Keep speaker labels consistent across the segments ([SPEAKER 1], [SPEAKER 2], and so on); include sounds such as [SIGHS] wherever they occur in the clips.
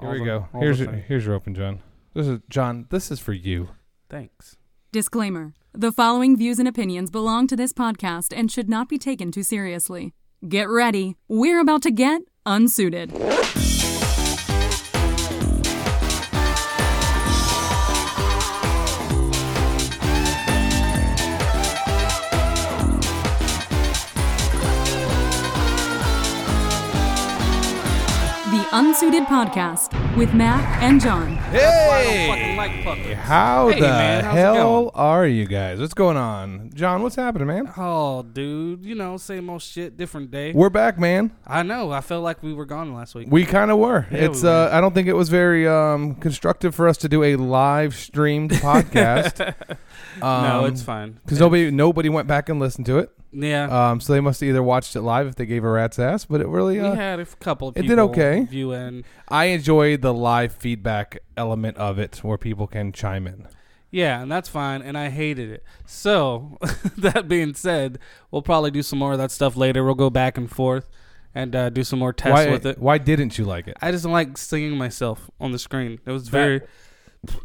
[SPEAKER 1] Here
[SPEAKER 2] all
[SPEAKER 1] we
[SPEAKER 2] the-
[SPEAKER 1] go.
[SPEAKER 2] all the
[SPEAKER 1] Here's your,
[SPEAKER 2] thing.
[SPEAKER 1] here's your open, John. This is John. This is for you.
[SPEAKER 2] Thanks.
[SPEAKER 3] Disclaimer The following views and opinions belong to this podcast and should not be taken too seriously. Get ready. We're about to get unsuited. The Unsuited Podcast with Matt and John.
[SPEAKER 1] Hey,
[SPEAKER 2] like puppets.
[SPEAKER 1] how
[SPEAKER 2] Hey,
[SPEAKER 1] the
[SPEAKER 2] man, how's it
[SPEAKER 1] hell
[SPEAKER 2] going?
[SPEAKER 1] are you guys? What's going on, John? What's happening, man?
[SPEAKER 2] Oh, dude, you know, same old shit, different day.
[SPEAKER 1] We're back, man.
[SPEAKER 2] I know. I felt like we were gone last week.
[SPEAKER 1] We kind of were. it's.
[SPEAKER 2] we
[SPEAKER 1] Uh, I don't think it was very um, constructive for us to do a live
[SPEAKER 2] [LAUGHS]
[SPEAKER 1] streamed podcast.
[SPEAKER 2] no,
[SPEAKER 1] Um,
[SPEAKER 2] it's fine.
[SPEAKER 1] Because
[SPEAKER 2] [LAUGHS]
[SPEAKER 1] nobody nobody went back and listened to it,
[SPEAKER 2] Yeah,
[SPEAKER 1] um, so they must have either watched it live if they gave a rat's ass. But it really, uh,
[SPEAKER 2] we had a f- couple. Of
[SPEAKER 1] it did
[SPEAKER 2] people
[SPEAKER 1] okay.
[SPEAKER 2] Viewing.
[SPEAKER 1] I enjoyed the live feedback element of it, where people can chime in.
[SPEAKER 2] Yeah, and that's fine. And I hated it. So [LAUGHS] that being said, we'll probably do some more of that stuff later. We'll go back and forth and uh, do some more tests
[SPEAKER 1] Why?
[SPEAKER 2] with it.
[SPEAKER 1] Why didn't you like it?
[SPEAKER 2] I just don't like seeing myself on the screen. It was very.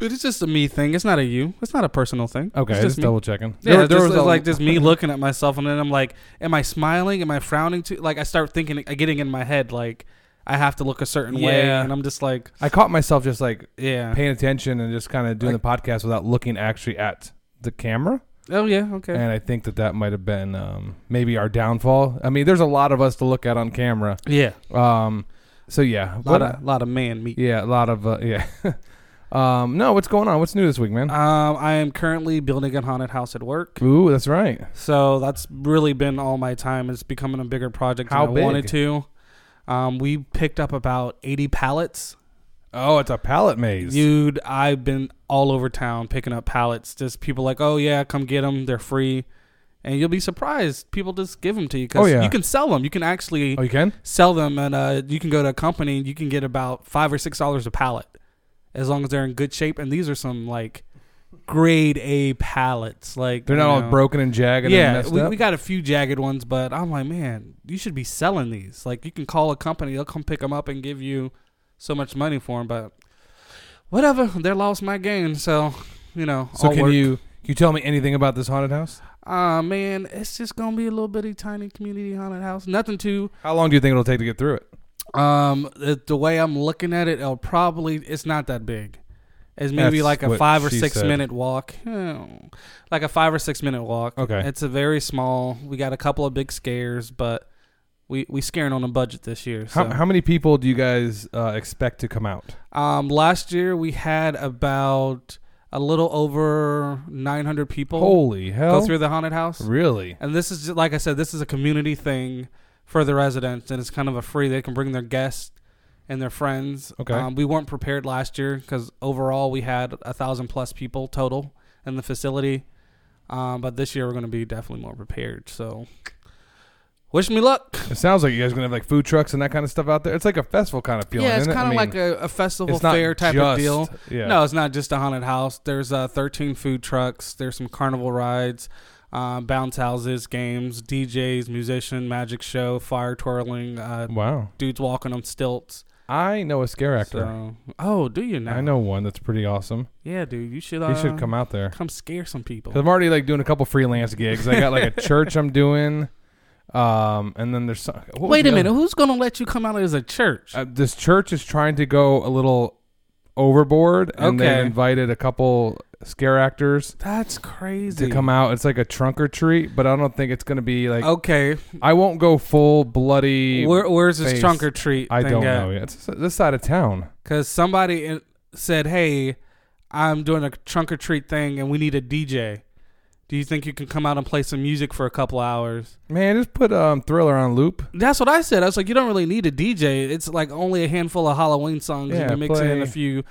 [SPEAKER 2] It is just a me thing. It's not a you. It's not a personal thing.
[SPEAKER 1] Okay,
[SPEAKER 2] it's
[SPEAKER 1] just,
[SPEAKER 2] just me.
[SPEAKER 1] double checking.
[SPEAKER 2] Yeah, there, was
[SPEAKER 1] a-
[SPEAKER 2] [LAUGHS] like just me looking at myself, and then I'm like, "Am I smiling? Am I frowning too?" Like I start thinking, uh, getting in my head, like I have to look a certain way,
[SPEAKER 1] Yeah.
[SPEAKER 2] and I'm just like,
[SPEAKER 1] I caught myself just like
[SPEAKER 2] "Yeah,
[SPEAKER 1] paying attention and just kind of doing the podcast without looking actually at the camera.
[SPEAKER 2] oh yeah, okay."
[SPEAKER 1] And I think that that might have been um, maybe our downfall. I mean, there's a lot of us to look at on camera.
[SPEAKER 2] yeah,
[SPEAKER 1] Um, so yeah,
[SPEAKER 2] a lot
[SPEAKER 1] but,
[SPEAKER 2] of lot of man meat.
[SPEAKER 1] yeah, a lot of uh, [LAUGHS] yeah. um, no, what's going on? What's new this week, man?
[SPEAKER 2] Um, I am currently building a haunted house at work,
[SPEAKER 1] Ooh, that's right.
[SPEAKER 2] so that's really been all my time. It's becoming a bigger project
[SPEAKER 1] How
[SPEAKER 2] than I
[SPEAKER 1] big?
[SPEAKER 2] wanted to. Um, we picked up about 80 pallets
[SPEAKER 1] Oh, it's a pallet maze.
[SPEAKER 2] Dude, I've been all over town picking up pallets. Just people like, oh yeah, come get them. They're free, and you'll be surprised. People just give them to you because
[SPEAKER 1] Oh, yeah.
[SPEAKER 2] you can sell them. You can actually
[SPEAKER 1] oh, you can.
[SPEAKER 2] sell them, and uh, you can go to a company. and You can get about five or six dollars a pallet, as long as they're in good shape. And these are some like grade A pallets. Like
[SPEAKER 1] They're not
[SPEAKER 2] you
[SPEAKER 1] all
[SPEAKER 2] know.
[SPEAKER 1] broken and jagged and
[SPEAKER 2] Yeah,
[SPEAKER 1] messed
[SPEAKER 2] we,
[SPEAKER 1] up.
[SPEAKER 2] we got a few jagged ones, but I'm like, man, you should be selling these. Like, you can call a company, they'll come pick them up and give you so much money for them, but whatever, they lost my gain, so, you know.
[SPEAKER 1] so
[SPEAKER 2] I'll
[SPEAKER 1] can
[SPEAKER 2] work.
[SPEAKER 1] you can you tell me anything about this haunted house?
[SPEAKER 2] Uh, man, it's just going to be a little bitty tiny community haunted house. Nothing too.
[SPEAKER 1] How long do you think it'll take to get through it?
[SPEAKER 2] Um, the, the way I'm looking at it, it'll probably, it's not that big. It's maybe
[SPEAKER 1] That's
[SPEAKER 2] like a
[SPEAKER 1] what
[SPEAKER 2] five or
[SPEAKER 1] she
[SPEAKER 2] six
[SPEAKER 1] said.
[SPEAKER 2] minute walk. Oh, Like a five or six minute walk.
[SPEAKER 1] Okay.
[SPEAKER 2] It's a very small. We got a couple of big scares, but we we scaring on a budget this year. So.
[SPEAKER 1] How, how many people do you guys uh, expect to come out?
[SPEAKER 2] um, last year we had about a little over 900 people
[SPEAKER 1] Holy hell!
[SPEAKER 2] go through the haunted house,
[SPEAKER 1] Really?
[SPEAKER 2] and this is ju- like I said, this is a community thing for the residents, and it's kind of a free. They can bring their guests and their friends.
[SPEAKER 1] Okay.
[SPEAKER 2] Um, we weren't prepared last year because overall we had a thousand plus people total in the facility. Um, but this year we're going to be definitely more prepared. So, wish me luck.
[SPEAKER 1] It sounds like you guys are gonna have like food trucks and that kind of stuff out there. It's like a festival kind of feeling.
[SPEAKER 2] Yeah, it's
[SPEAKER 1] isn't it?
[SPEAKER 2] kind of
[SPEAKER 1] I mean,
[SPEAKER 2] like a, a festival
[SPEAKER 1] it's not
[SPEAKER 2] fair type of
[SPEAKER 1] just-
[SPEAKER 2] deal.
[SPEAKER 1] Yeah.
[SPEAKER 2] No, it's not just a haunted house. There's uh, 13 food trucks. There's some carnival rides, uh, bounce houses, games, DJs, musician, magic show, fire twirling, uh,
[SPEAKER 1] Wow.
[SPEAKER 2] dudes walking on stilts.
[SPEAKER 1] I know a scare actor.
[SPEAKER 2] So, oh, do you now?
[SPEAKER 1] I know one that's pretty awesome.
[SPEAKER 2] Yeah, dude, you should.
[SPEAKER 1] he
[SPEAKER 2] Uh,
[SPEAKER 1] should come out there.
[SPEAKER 2] Come scare some people.
[SPEAKER 1] i I'm already like doing a couple freelance gigs. I got
[SPEAKER 2] [LAUGHS]
[SPEAKER 1] like a church I'm doing, um, and then there's some, what was
[SPEAKER 2] Wait
[SPEAKER 1] the
[SPEAKER 2] a
[SPEAKER 1] other-
[SPEAKER 2] minute. Who's gonna let you come out as a church?
[SPEAKER 1] Uh, this church is trying to go a little overboard, and
[SPEAKER 2] Okay.
[SPEAKER 1] they invited a couple scare actors
[SPEAKER 2] That's crazy.
[SPEAKER 1] to come out. It's like a trunk or treat, but I don't think it's going to be like
[SPEAKER 2] Okay,
[SPEAKER 1] I won't go full bloody.
[SPEAKER 2] Where, where's this
[SPEAKER 1] face.
[SPEAKER 2] trunk or treat?
[SPEAKER 1] I
[SPEAKER 2] thing
[SPEAKER 1] don't
[SPEAKER 2] at?
[SPEAKER 1] know yet. It's this side of town.
[SPEAKER 2] because somebody in- said, "Hey, I'm doing a trunk or treat thing, and we need a DJ. Do you think you can come out and play some music for a couple hours?"
[SPEAKER 1] Man, just put um, Thriller on loop.
[SPEAKER 2] That's what I said. I was like, "You don't really need a DJ. It's like only a handful of Halloween songs.
[SPEAKER 1] Yeah,
[SPEAKER 2] and you mix in
[SPEAKER 1] play
[SPEAKER 2] a few,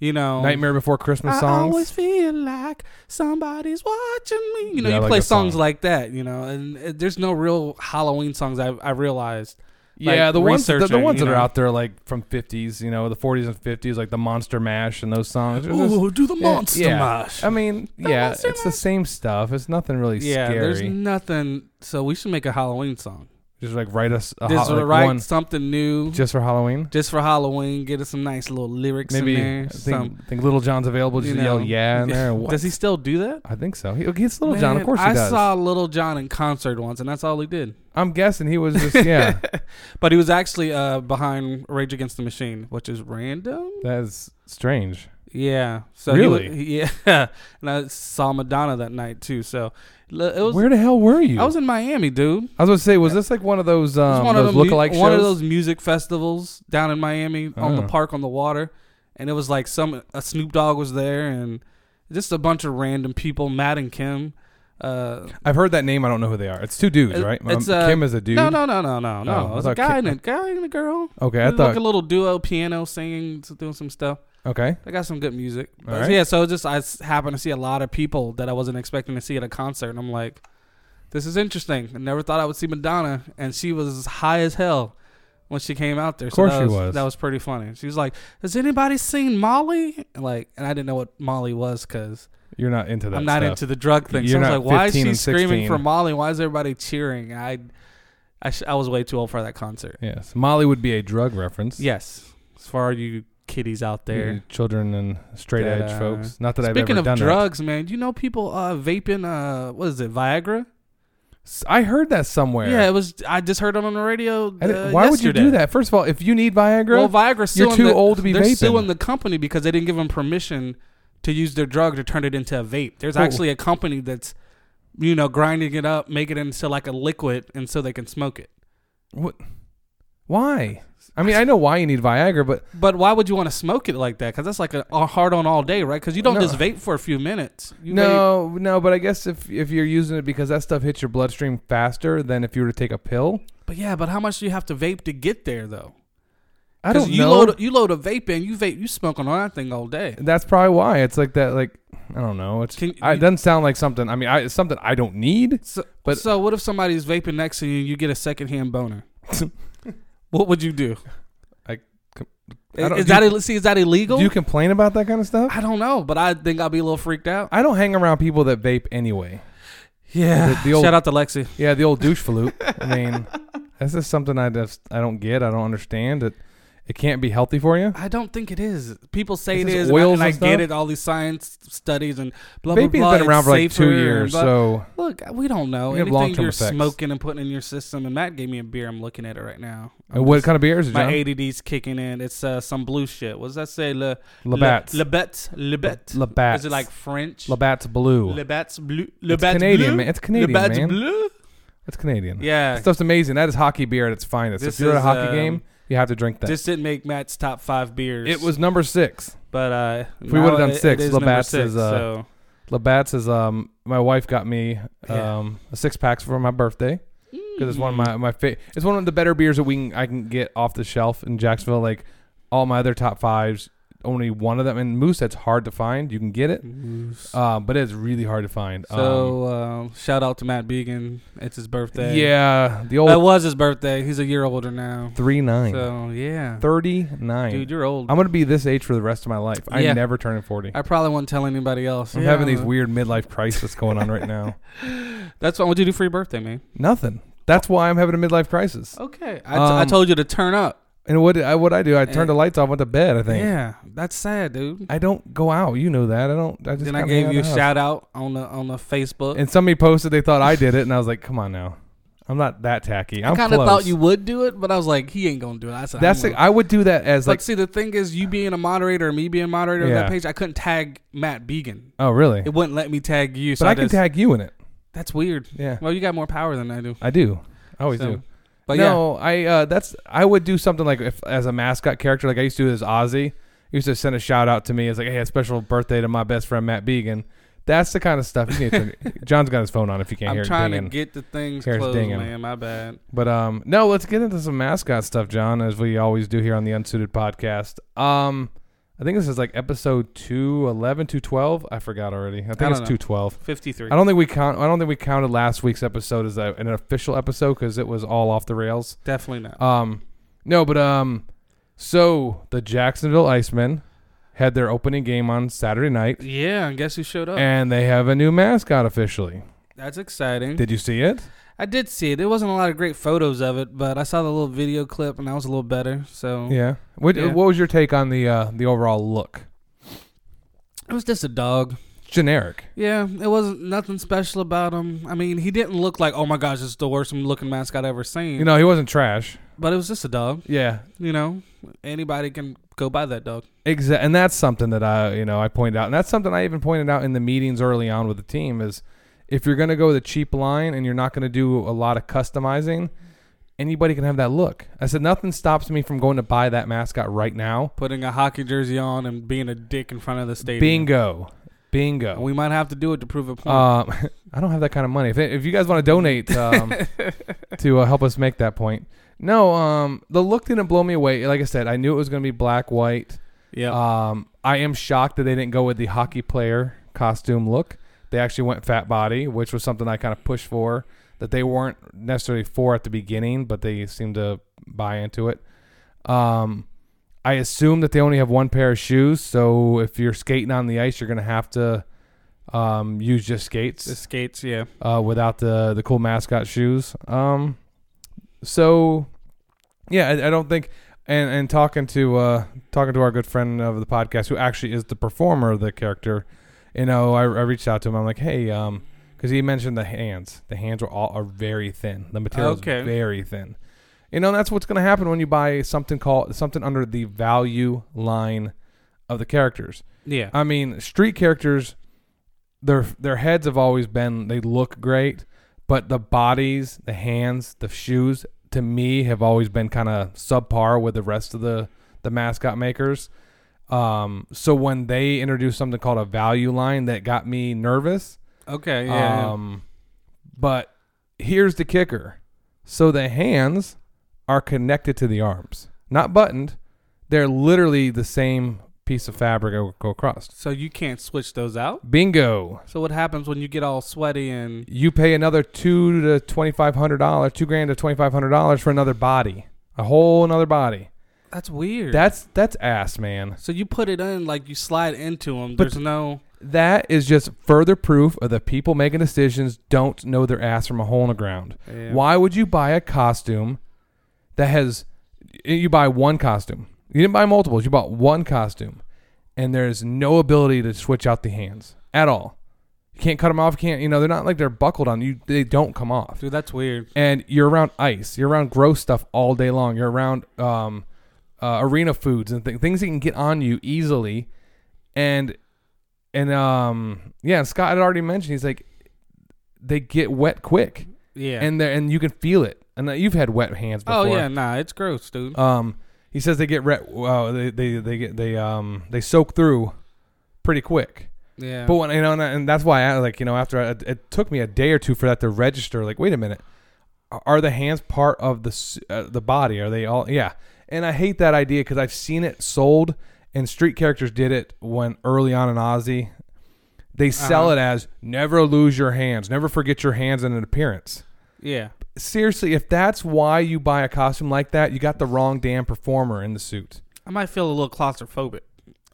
[SPEAKER 2] you know."
[SPEAKER 1] Nightmare Before Christmas
[SPEAKER 2] Oh. I
[SPEAKER 1] songs.
[SPEAKER 2] always feel like somebody's watching me. You know,
[SPEAKER 1] Yeah,
[SPEAKER 2] you
[SPEAKER 1] I like
[SPEAKER 2] play
[SPEAKER 1] that
[SPEAKER 2] songs
[SPEAKER 1] song.
[SPEAKER 2] like that. You know, and uh, there's no real Halloween songs. I I realized.
[SPEAKER 1] yeah,
[SPEAKER 2] like,
[SPEAKER 1] the ones the, the
[SPEAKER 2] researching,
[SPEAKER 1] ones
[SPEAKER 2] you
[SPEAKER 1] that are
[SPEAKER 2] know.
[SPEAKER 1] out there like from 50s, you know, the 40s and 50s, like the Monster Mash and those songs. They're just-
[SPEAKER 2] Ooh, do the
[SPEAKER 1] yeah,
[SPEAKER 2] monster
[SPEAKER 1] yeah.
[SPEAKER 2] mash.
[SPEAKER 1] I mean,
[SPEAKER 2] The
[SPEAKER 1] yeah,
[SPEAKER 2] Monster
[SPEAKER 1] it's the
[SPEAKER 2] Mash.
[SPEAKER 1] same stuff. It's nothing really
[SPEAKER 2] yeah,
[SPEAKER 1] scary.
[SPEAKER 2] there's nothing. So we should make a Halloween song.
[SPEAKER 1] Just like write us a
[SPEAKER 2] Just
[SPEAKER 1] ho- like
[SPEAKER 2] write
[SPEAKER 1] one
[SPEAKER 2] something new just,
[SPEAKER 1] just for Halloween.
[SPEAKER 2] for Halloween. Get us some nice little lyrics
[SPEAKER 1] Maybe
[SPEAKER 2] in there.
[SPEAKER 1] I
[SPEAKER 2] some-
[SPEAKER 1] think, think Little John's available.
[SPEAKER 2] you
[SPEAKER 1] Just yell
[SPEAKER 2] know.
[SPEAKER 1] yeah in
[SPEAKER 2] [LAUGHS]
[SPEAKER 1] there. What?
[SPEAKER 2] Does he still do that?
[SPEAKER 1] I think so. He, he's Little John. Of
[SPEAKER 2] Man,
[SPEAKER 1] course he
[SPEAKER 2] I
[SPEAKER 1] does.
[SPEAKER 2] saw Little John in concert once, and that's all he did.
[SPEAKER 1] I'm guessing he was just
[SPEAKER 2] [LAUGHS]
[SPEAKER 1] yeah.
[SPEAKER 2] But he was actually uh, behind Rage Against the Machine, which is random.
[SPEAKER 1] That's strange.
[SPEAKER 2] Yeah. So he wa- [LAUGHS]
[SPEAKER 1] Really?
[SPEAKER 2] he- yeah. and I saw Madonna that night too. So l- it was.
[SPEAKER 1] Where the hell were you?
[SPEAKER 2] I was in Miami, dude. It
[SPEAKER 1] I was gonna say, was this like one of those
[SPEAKER 2] was
[SPEAKER 1] um,
[SPEAKER 2] one
[SPEAKER 1] those
[SPEAKER 2] of them, mu-
[SPEAKER 1] lookalike shows?
[SPEAKER 2] one of those music festivals down in Miami on the
[SPEAKER 1] Oh.
[SPEAKER 2] park on the water, and it was like some a Snoop Dogg was there and just a bunch of random people. Matt and Kim. Uh,
[SPEAKER 1] I've heard that name. I don't know who they are. It's two dudes,
[SPEAKER 2] It-
[SPEAKER 1] right?
[SPEAKER 2] it's,
[SPEAKER 1] Um,
[SPEAKER 2] uh,
[SPEAKER 1] Kim is a dude.
[SPEAKER 2] no, no, no, no, no,
[SPEAKER 1] Oh,
[SPEAKER 2] no.
[SPEAKER 1] I
[SPEAKER 2] it was a
[SPEAKER 1] thought
[SPEAKER 2] guy
[SPEAKER 1] Kim-
[SPEAKER 2] and a guy and a girl.
[SPEAKER 1] Okay,
[SPEAKER 2] It
[SPEAKER 1] I
[SPEAKER 2] was like
[SPEAKER 1] thought.
[SPEAKER 2] a little duo, piano, singing, doing some stuff.
[SPEAKER 1] Okay,
[SPEAKER 2] They got some good music.
[SPEAKER 1] All
[SPEAKER 2] But
[SPEAKER 1] right.
[SPEAKER 2] Yeah, so just I s- happened to see a lot of people that I wasn't expecting to see at a concert, and I'm like, this is interesting. I never thought I would see Madonna, and she was high as hell when she came out there. Of
[SPEAKER 1] course
[SPEAKER 2] so that
[SPEAKER 1] she
[SPEAKER 2] was,
[SPEAKER 1] was.
[SPEAKER 2] That was pretty funny. She was like, "Has anybody seen Molly?" Like, and I didn't know what Molly was because
[SPEAKER 1] you're not into that.
[SPEAKER 2] I'm not
[SPEAKER 1] stuff.
[SPEAKER 2] into the drug thing.
[SPEAKER 1] You're
[SPEAKER 2] so I
[SPEAKER 1] not
[SPEAKER 2] was like, "Why is
[SPEAKER 1] 15
[SPEAKER 2] she
[SPEAKER 1] and
[SPEAKER 2] screaming
[SPEAKER 1] 16.
[SPEAKER 2] for Molly? Why is everybody cheering?" I, I, sh- I was way too old for that concert.
[SPEAKER 1] Yes, Molly would be a drug reference.
[SPEAKER 2] Yes, as far as you kiddies out there.
[SPEAKER 1] You children and straight
[SPEAKER 2] That,
[SPEAKER 1] edge
[SPEAKER 2] uh,
[SPEAKER 1] folks. Not that I've
[SPEAKER 2] Speaking
[SPEAKER 1] ever
[SPEAKER 2] of
[SPEAKER 1] done
[SPEAKER 2] drugs, man, you know people uh, vaping. Uh, what is it, Viagra?
[SPEAKER 1] that. S- I heard that somewhere.
[SPEAKER 2] Yeah, it was. I just heard it on the radio.
[SPEAKER 1] I
[SPEAKER 2] uh,
[SPEAKER 1] didn't- why would you do
[SPEAKER 2] yesterday.
[SPEAKER 1] that? First of all, if you need Viagra,
[SPEAKER 2] Well, Viagra's
[SPEAKER 1] You're
[SPEAKER 2] suing
[SPEAKER 1] too
[SPEAKER 2] the-
[SPEAKER 1] old to be
[SPEAKER 2] They're
[SPEAKER 1] vaping.
[SPEAKER 2] suing the company because they didn't give them permission to use their drug to turn it into a vape. There's
[SPEAKER 1] Oh.
[SPEAKER 2] actually a company that's, you know, grinding it up, make it into like a liquid, and so they can smoke it.
[SPEAKER 1] what? Why? I mean, I know why you need Viagra, but
[SPEAKER 2] But why would you want to smoke it like that? Because that's like a, a hard on all day, right? Because you don't
[SPEAKER 1] No.
[SPEAKER 2] just vape for a few minutes. You vape-
[SPEAKER 1] no, no. But I guess if if you're using it because that stuff hits your bloodstream faster than if you were to take a pill.
[SPEAKER 2] But yeah, but how much do you have to vape to get there though?
[SPEAKER 1] I
[SPEAKER 2] 'Cause
[SPEAKER 1] don't
[SPEAKER 2] you
[SPEAKER 1] know.
[SPEAKER 2] Load, you load a vape in, you vape, you smoking on that thing all day.
[SPEAKER 1] That's probably why it's like that. Like I don't know. It's
[SPEAKER 2] Can-
[SPEAKER 1] I, it
[SPEAKER 2] you-
[SPEAKER 1] doesn't sound like something. I mean, I, it's something I don't need.
[SPEAKER 2] So,
[SPEAKER 1] But-
[SPEAKER 2] so what if somebody's vaping next to you and you get a
[SPEAKER 1] [LAUGHS]
[SPEAKER 2] secondhand boner? what would you do?
[SPEAKER 1] I com- I
[SPEAKER 2] Is
[SPEAKER 1] don't-
[SPEAKER 2] is
[SPEAKER 1] do
[SPEAKER 2] that
[SPEAKER 1] you-
[SPEAKER 2] ill- see? Is that illegal?
[SPEAKER 1] Do you complain about that kind of stuff?
[SPEAKER 2] I don't know, but I think I'll be a little freaked out.
[SPEAKER 1] I don't hang around people that vape anyway.
[SPEAKER 2] Yeah.
[SPEAKER 1] The- the old-
[SPEAKER 2] Shout out to Lexi.
[SPEAKER 1] Yeah, the old douche flute. I
[SPEAKER 2] [LAUGHS]
[SPEAKER 1] mean, that's just something I just I don't get. I don't understand it. It can't be healthy for you.
[SPEAKER 2] I don't think it is. People say
[SPEAKER 1] Is
[SPEAKER 2] it
[SPEAKER 1] this
[SPEAKER 2] is, and I-
[SPEAKER 1] oils
[SPEAKER 2] and I,
[SPEAKER 1] and
[SPEAKER 2] get
[SPEAKER 1] stuff?
[SPEAKER 2] it. All these science studies and blah blah
[SPEAKER 1] Vaping's
[SPEAKER 2] blah.
[SPEAKER 1] been
[SPEAKER 2] it's
[SPEAKER 1] around for like
[SPEAKER 2] safer
[SPEAKER 1] two
[SPEAKER 2] and
[SPEAKER 1] years,
[SPEAKER 2] blah-
[SPEAKER 1] so
[SPEAKER 2] look, we don't know
[SPEAKER 1] You have
[SPEAKER 2] anything
[SPEAKER 1] long-term
[SPEAKER 2] you're
[SPEAKER 1] effects.
[SPEAKER 2] smoking and putting in your system. And Matt gave me a beer. I'm looking at it right now.
[SPEAKER 1] and what kind of beers?
[SPEAKER 2] My
[SPEAKER 1] John?
[SPEAKER 2] ADD's kicking in. It's uh, some blue shit. What does that say? Le
[SPEAKER 1] Labatt's.
[SPEAKER 2] Lebet. Lebet.
[SPEAKER 1] Labatt's.
[SPEAKER 2] Is it like French?
[SPEAKER 1] Labatt's Blue?
[SPEAKER 2] Lebet's blue.
[SPEAKER 1] it's
[SPEAKER 2] Lebet's
[SPEAKER 1] Canadian,
[SPEAKER 2] blue?
[SPEAKER 1] man. It's Canadian,
[SPEAKER 2] Lebet's
[SPEAKER 1] man.
[SPEAKER 2] blue.
[SPEAKER 1] It's Canadian.
[SPEAKER 2] Yeah.
[SPEAKER 1] That stuff's amazing. That is hockey beer at its finest.
[SPEAKER 2] This
[SPEAKER 1] if you're at a
[SPEAKER 2] is,
[SPEAKER 1] hockey
[SPEAKER 2] um,
[SPEAKER 1] game, you have to drink that.
[SPEAKER 2] This didn't make Matt's top five beers.
[SPEAKER 1] It was number six.
[SPEAKER 2] but uh,
[SPEAKER 1] If we would've
[SPEAKER 2] now
[SPEAKER 1] done
[SPEAKER 2] it- it
[SPEAKER 1] six,
[SPEAKER 2] is number
[SPEAKER 1] Labatt's
[SPEAKER 2] six,
[SPEAKER 1] is, uh,
[SPEAKER 2] so-
[SPEAKER 1] Labatt's is um my wife got me
[SPEAKER 2] Yeah.
[SPEAKER 1] um a six pack for my birthday because it's one of my my fa- it's one of the better beers that we can, I can get off the shelf in Jacksonville. Like all my other top fives, only one of them and Moose. That's hard to find. You can get it, um, but it's really hard to find.
[SPEAKER 2] So uh, shout out to Matt Began. It's his
[SPEAKER 1] um,
[SPEAKER 2] birthday.
[SPEAKER 1] yeah, the old
[SPEAKER 2] that was his birthday. He's a year older now.
[SPEAKER 1] three nine.
[SPEAKER 2] So yeah,
[SPEAKER 1] 39.
[SPEAKER 2] dude, you're old.
[SPEAKER 1] I'm gonna be this age for the rest of my life. I
[SPEAKER 2] Yeah.
[SPEAKER 1] never turn 40.
[SPEAKER 2] I probably won't tell anybody else.
[SPEAKER 1] I'm
[SPEAKER 2] Yeah.
[SPEAKER 1] having these weird midlife crisis going on right
[SPEAKER 2] [LAUGHS]
[SPEAKER 1] now.
[SPEAKER 2] That's what. What'd you do for your birthday, man?
[SPEAKER 1] Nothing. That's why I'm having a midlife crisis.
[SPEAKER 2] Okay, I, t- I
[SPEAKER 1] Um,
[SPEAKER 2] told you to turn up.
[SPEAKER 1] And what did I what I do? I turned the lights off, went to bed. I think.
[SPEAKER 2] Yeah, that's sad, dude.
[SPEAKER 1] I don't go out. You know that. I don't. I just.
[SPEAKER 2] then I
[SPEAKER 1] kinda
[SPEAKER 2] gave
[SPEAKER 1] hang
[SPEAKER 2] you a
[SPEAKER 1] out.
[SPEAKER 2] shout out on the on the Facebook.
[SPEAKER 1] And somebody posted they thought I did it, and I was like, "Come on now, I'm not that tacky. I'm
[SPEAKER 2] I kind of
[SPEAKER 1] close."
[SPEAKER 2] thought you would do it, but I was like, he ain't gonna do it. I said,
[SPEAKER 1] That's.
[SPEAKER 2] I'm
[SPEAKER 1] The,
[SPEAKER 2] gonna-
[SPEAKER 1] I would do that as
[SPEAKER 2] It's like,
[SPEAKER 1] like.
[SPEAKER 2] see, the thing is, you being a moderator, me being a moderator of
[SPEAKER 1] Yeah.
[SPEAKER 2] that page, I couldn't tag Matt Began.
[SPEAKER 1] oh really?
[SPEAKER 2] It wouldn't let me tag you. So
[SPEAKER 1] but I,
[SPEAKER 2] I,
[SPEAKER 1] can
[SPEAKER 2] just,
[SPEAKER 1] tag you in it.
[SPEAKER 2] That's weird.
[SPEAKER 1] Yeah,
[SPEAKER 2] Well, you got more power than I do.
[SPEAKER 1] I do. I always
[SPEAKER 2] So-
[SPEAKER 1] Oh, do.
[SPEAKER 2] But
[SPEAKER 1] no, I. Uh, that's. I would do something like if as a mascot character, like I used to do as Ozzy. He used to send a shout out to me. It's like, hey, a special birthday to my best friend Matt Began. That's the kind of stuff. You need
[SPEAKER 2] [LAUGHS]
[SPEAKER 1] to [LAUGHS] turn, John's got his phone on. If you
[SPEAKER 2] yeah,
[SPEAKER 1] can't hear
[SPEAKER 2] I'm
[SPEAKER 1] it
[SPEAKER 2] trying to
[SPEAKER 1] dinging.
[SPEAKER 2] get the things
[SPEAKER 1] Here's
[SPEAKER 2] closed,
[SPEAKER 1] dinging.
[SPEAKER 2] man. My bad.
[SPEAKER 1] But um, no, let's get into some mascot stuff, John, as we always do here on the Unsuited Podcast. Um, I think this is like episode 211, 212. I forgot already. I think
[SPEAKER 2] don't
[SPEAKER 1] it's
[SPEAKER 2] know.
[SPEAKER 1] 212.
[SPEAKER 2] 53.
[SPEAKER 1] I don't think we count. I don't think we counted last week's episode as a, an official episode because it was all off the rails.
[SPEAKER 2] Definitely not.
[SPEAKER 1] Um, no, but um, so the Jacksonville Icemen had their opening game on Saturday night,
[SPEAKER 2] yeah, and guess who showed up?
[SPEAKER 1] and they have a new mascot officially.
[SPEAKER 2] That's exciting.
[SPEAKER 1] Did you see it?
[SPEAKER 2] I did see it. There wasn't a lot of great photos of it, but I saw the little video clip and that was a little better. So
[SPEAKER 1] Yeah. What
[SPEAKER 2] Yeah.
[SPEAKER 1] What was your take on the uh, the overall look?
[SPEAKER 2] it was just a dog.
[SPEAKER 1] Generic.
[SPEAKER 2] Yeah, it wasn't nothing special about him. I mean, he didn't look like, oh my gosh, it's the worst looking mask I've ever seen.
[SPEAKER 1] You know, he wasn't trash.
[SPEAKER 2] but it was just a dog.
[SPEAKER 1] Yeah.
[SPEAKER 2] You know, anybody can go buy that dog.
[SPEAKER 1] Exactly. And that's something that I, you know, I pointed out, and that's something I even pointed out in the meetings early on with the team is if you're going to go with a cheap line and you're not going to do a lot of customizing, anybody can have that look. I said nothing stops me from going to buy that mascot right now.
[SPEAKER 2] Putting a hockey jersey on and being a dick in front of the stadium.
[SPEAKER 1] Bingo.
[SPEAKER 2] And
[SPEAKER 1] Bingo.
[SPEAKER 2] we might have to do it to prove a point.
[SPEAKER 1] Um, [LAUGHS] I don't have that kind of money. If, if you guys want to donate um, to uh, help us make that point, no. Um, the look didn't blow me away. Like I said, I knew it was going to be black, white.
[SPEAKER 2] yeah.
[SPEAKER 1] Um, I am shocked that they didn't go with the hockey player costume look. They actually went fat body, which was something I kind of pushed for that they weren't necessarily for at the beginning, but they seemed to buy into it. Um, I assume that they only have one pair of shoes, so if you're skating on the ice, you're going to have to um, use just skates
[SPEAKER 2] the skates, yeah.
[SPEAKER 1] uh, without the the cool mascot shoes. Um, so yeah, I, I don't think. And and talking to uh, talking to our good friend of the podcast, who actually is the performer of the character, you know, I, I reached out to him. I'm like, hey, um, because he mentioned the hands. The hands are all are very thin. The material is
[SPEAKER 2] Okay.
[SPEAKER 1] very thin. You know, and that's what's going to happen when you buy something called something under the value line of the characters.
[SPEAKER 2] Yeah.
[SPEAKER 1] I mean, street characters, their their heads have always been they look great, but the bodies, the hands, the shoes, to me have always been kind of subpar with the rest of the the mascot makers. Um, so when they introduced something called a value line, that got me nervous.
[SPEAKER 2] okay, yeah.
[SPEAKER 1] Uh, Um, but here's the kicker: so the hands are connected to the arms, not buttoned. They're literally the same piece of fabric go- go across.
[SPEAKER 2] so you can't switch those out?
[SPEAKER 1] Bingo.
[SPEAKER 2] So what happens when you get all sweaty and
[SPEAKER 1] You pay another two to twenty five hundred dollars, two grand to twenty five hundred dollars for another body. A whole another body.
[SPEAKER 2] that's weird.
[SPEAKER 1] That's that's ass, man.
[SPEAKER 2] so you put it in like you slide into them.
[SPEAKER 1] But-
[SPEAKER 2] There's no
[SPEAKER 1] That is just further proof of the people making decisions don't know their ass from a hole in the ground.
[SPEAKER 2] Yeah.
[SPEAKER 1] Why would you buy a costume that has you buy one costume? You didn't buy multiples, you bought one costume and there's no ability to switch out the hands at all. You can't cut them off, you can't, you know, they're not like they're buckled on you. They don't come off.
[SPEAKER 2] dude. That's weird.
[SPEAKER 1] and you're around ice, you're around gross stuff all day long, you're around um, uh, arena foods and th- things that can get on you easily, and and um yeah, and Scott had already mentioned he's like they get wet quick,
[SPEAKER 2] Yeah.
[SPEAKER 1] and they and you can feel it, and uh, you've had wet hands before.
[SPEAKER 2] oh yeah, nah, it's gross, dude.
[SPEAKER 1] Um, he says they get re- uh, they, they they get they um they soak through pretty quick.
[SPEAKER 2] yeah.
[SPEAKER 1] But when you know, and, and that's why I like you know after I, it took me a day or two for that to register. Like, wait a minute, are- are the hands part of the s- uh, the body? Are they all? Yeah, and I hate that idea because I've seen it sold, and street characters did it when early on in Ozzy. They sell
[SPEAKER 2] Uh-huh.
[SPEAKER 1] it as never lose your hands, never forget your hands in an appearance.
[SPEAKER 2] yeah.
[SPEAKER 1] Seriously, if that's why you buy a costume like that, you got the wrong damn performer in the suit.
[SPEAKER 2] I might feel a little claustrophobic.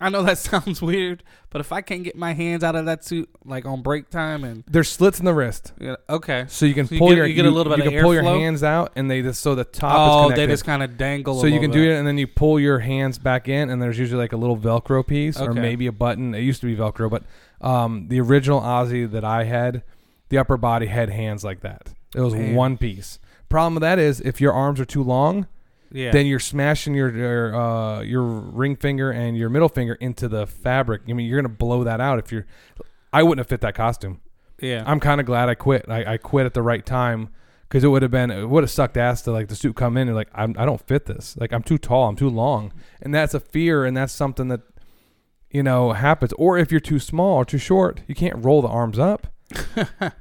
[SPEAKER 2] I know that [LAUGHS] sounds weird, but if I can't get my hands out of that suit like on break time and
[SPEAKER 1] There's slits in the wrist.
[SPEAKER 2] yeah, okay.
[SPEAKER 1] So you can
[SPEAKER 2] So you
[SPEAKER 1] pull
[SPEAKER 2] get-
[SPEAKER 1] your
[SPEAKER 2] you get a little bit
[SPEAKER 1] you
[SPEAKER 2] of
[SPEAKER 1] can pull your
[SPEAKER 2] airflow?
[SPEAKER 1] hands out and they just so the top is
[SPEAKER 2] Oh,
[SPEAKER 1] connected.
[SPEAKER 2] they just kind of dangle.
[SPEAKER 1] so you can do it and then you pull your hands back in and there's usually like a little velcro piece or
[SPEAKER 2] Okay.
[SPEAKER 1] maybe a button. It used to be velcro, but um, the original Aussie that I had, the upper body had hands like that. It was
[SPEAKER 2] Man.
[SPEAKER 1] one piece. Problem with that is if your arms are too long,
[SPEAKER 2] Yeah.
[SPEAKER 1] then you're smashing your your, uh, your ring finger and your middle finger into the fabric. I mean, you're gonna blow that out if you're. I wouldn't have fit that costume.
[SPEAKER 2] yeah.
[SPEAKER 1] I'm kind of glad I quit. I, I quit at the right time because it would have been it would have sucked ass to like the suit come in and like I'm, I don't fit this. Like I'm too tall. I'm too long, and that's a fear, and that's something that you know happens. Or if you're too small or too short, you can't roll the arms
[SPEAKER 2] [LAUGHS]
[SPEAKER 1] up.